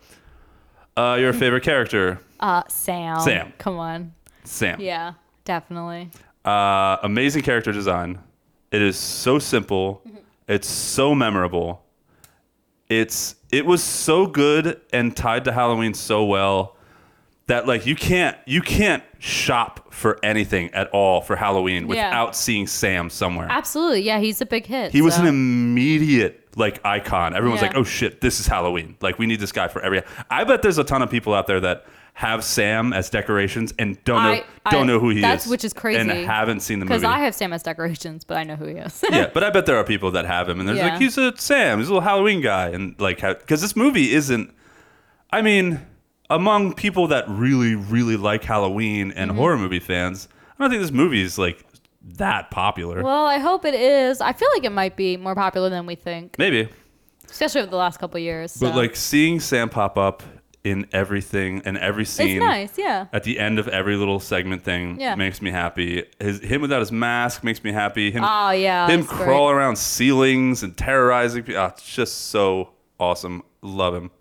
A: Uh,
B: [LAUGHS]
A: your favorite character,
B: Uh, Sam.
A: Sam.
B: Come on.
A: Sam.
B: Yeah, definitely.
A: Uh, amazing character design. It is so simple.
B: Mm-hmm.
A: It's so memorable. It's it was so good and tied to Halloween so well that like you can't you can't shop for anything at all for Halloween
B: Yeah.
A: without seeing Sam somewhere.
B: Absolutely. Yeah, he's a big hit.
A: He was
B: so.
A: an immediate like icon. Everyone's
B: Yeah.
A: like, "Oh shit, this is Halloween." Like we need this guy for every I bet there's a ton of people out there that have Sam as decorations and don't know
B: I- I-
A: don't know who he
B: that's-
A: is.
B: which is
A: And
B: crazy.
A: haven't seen the
B: Because
A: movie.
B: I have Sam as decorations, but I know who he is. [LAUGHS]
A: yeah, but I bet there are people that have him, and they're
B: Yeah.
A: like, he's a Sam, he's a little Halloween guy, and like, because this movie isn't. I mean, among people that really, really like Halloween
B: Mm-hmm.
A: and horror movie fans, I don't think this movie is like that popular.
B: well, I hope it is. I feel like it might be more popular than we think,
A: Maybe,
B: especially over the last couple years.
A: but
B: so.
A: like seeing Sam pop up in everything and every scene.
B: it's nice. Yeah.
A: At the end of every little segment thing
B: Yeah.
A: makes me happy. His, him without his mask makes me happy. Him
B: Oh yeah.
A: him
B: that's great.
A: crawling around ceilings and terrorizing people. Ah, it's just so awesome. Love him.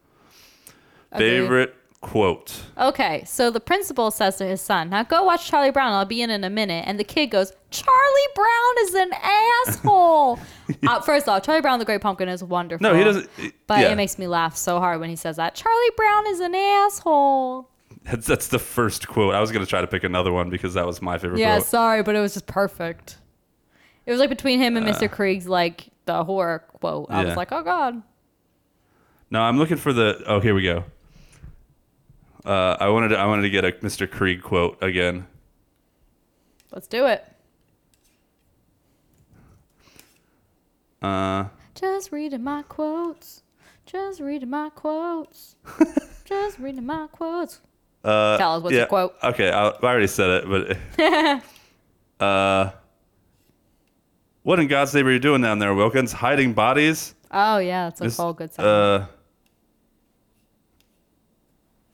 B: Agree.
A: Favorite quote.
B: Okay, so the principal says to his son, "Now go watch Charlie Brown. I'll be in in a minute." And the kid goes, "Charlie Brown is an asshole."
A: [LAUGHS]
B: uh, first off, Charlie Brown the Great Pumpkin is wonderful.
A: No, he doesn't.
B: But
A: yeah.
B: it makes me laugh so hard when he says that. Charlie Brown is an asshole.
A: that's, that's the first quote. I was gonna try to pick another one because that was my favorite.
B: Yeah,
A: quote.
B: sorry, but it was just perfect. It was like between him and Mr. Krieg's like the horror quote. I
A: Uh. Yeah.
B: was like, "Oh God."
A: No, I'm looking for the. Oh, here we go. Uh, I wanted to, I wanted to get a Mr. Krieg quote again.
B: Let's do it.
A: Uh,
B: Just reading my quotes. Just reading my
A: [LAUGHS]
B: quotes. Just reading my quotes.
A: uh,
B: Tell us what's
A: yeah,
B: your quote.
A: Okay, I, I already said it,
B: [LAUGHS]
A: but. uh, what in God's name are you doing down there, Wilkins? Hiding bodies?
B: Oh yeah, that's a
A: This-
B: whole good song.
A: Uh,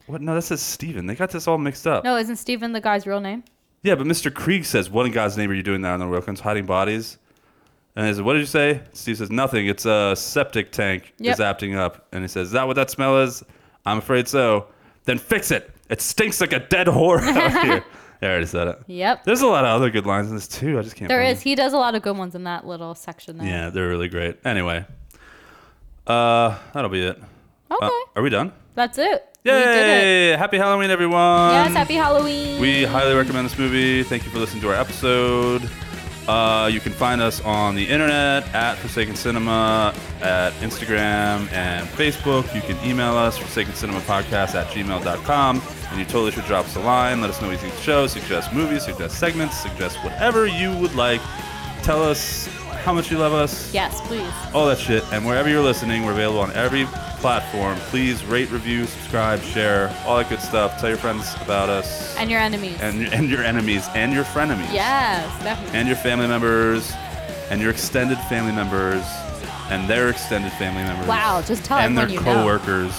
A: what? No, that says Steven. They got this all mixed up.
B: no, isn't Steven the guy's real name?
A: Yeah, but Mr. Krieg says, "What in God's name are you doing down there, Wilkins? Hiding bodies?" And he says, "What did you say?" Steve says, "Nothing. It's a septic tank
B: Yep.
A: is acting up." And he says, "Is that what that smell is?" I'm afraid so. Then fix it. It stinks like a dead whore
B: [LAUGHS]
A: out here. I already said it.
B: Yep.
A: There's a lot of other good lines in this too. I just can't.
B: There
A: find
B: is. He does a lot of good ones in that little section there.
A: Yeah, they're really great. Anyway, uh, that'll be it.
B: Okay.
A: Uh, are we done?
B: that's it. We did it.
A: Yay! Happy Halloween, everyone.
B: Yes, happy Halloween.
A: We highly recommend this movie. Thank you for listening to our episode. Uh, you can find us on the internet at Forsaken Cinema, at Instagram and Facebook. You can email us, Forsaken Cinema Podcast at gmail.com. And you totally should drop us a line. Let us know what you think of the show, suggest movies, suggest segments, suggest whatever you would like. Tell us how much you love us
B: yes, please.
A: all that shit. And wherever you're listening, we're available on every platform. Please rate, review, subscribe, share, all that good stuff. Tell your friends about us
B: And your enemies.
A: and, [LAUGHS] and your enemies and your frenemies
B: yes, definitely.
A: and your family members and your extended family members and their extended family members.
B: Wow, just tell
A: and their
B: everyone you know.
A: coworkers.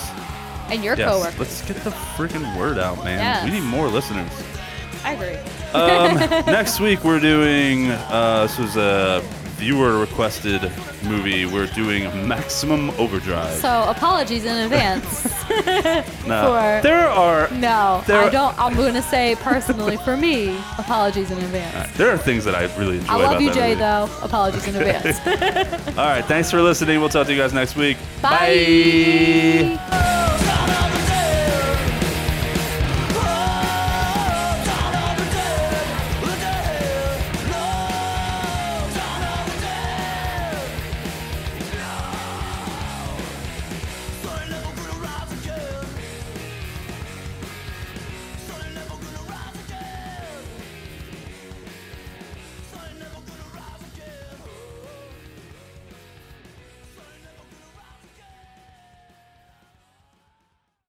B: And, your
A: Yes,
B: coworker.
A: let's get the freaking word out, man.
B: Yes.
A: We need more listeners. [LAUGHS]
B: I agree.
A: Um, next week we're doing. Uh, this was a viewer requested movie. We're doing Maximum Overdrive.
B: So apologies in advance.
A: [LAUGHS] No.
B: for-
A: there are
B: no,
A: There-
B: I don't. I'm going to say personally for me, apologies in advance.
A: there are things that I really enjoy.
B: I
A: about
B: love you,
A: that
B: Jay,
A: movie.
B: though.
A: [LAUGHS]
B: Apologies in advance.
A: All right, thanks for listening. We'll talk to you guys next week.
B: Bye.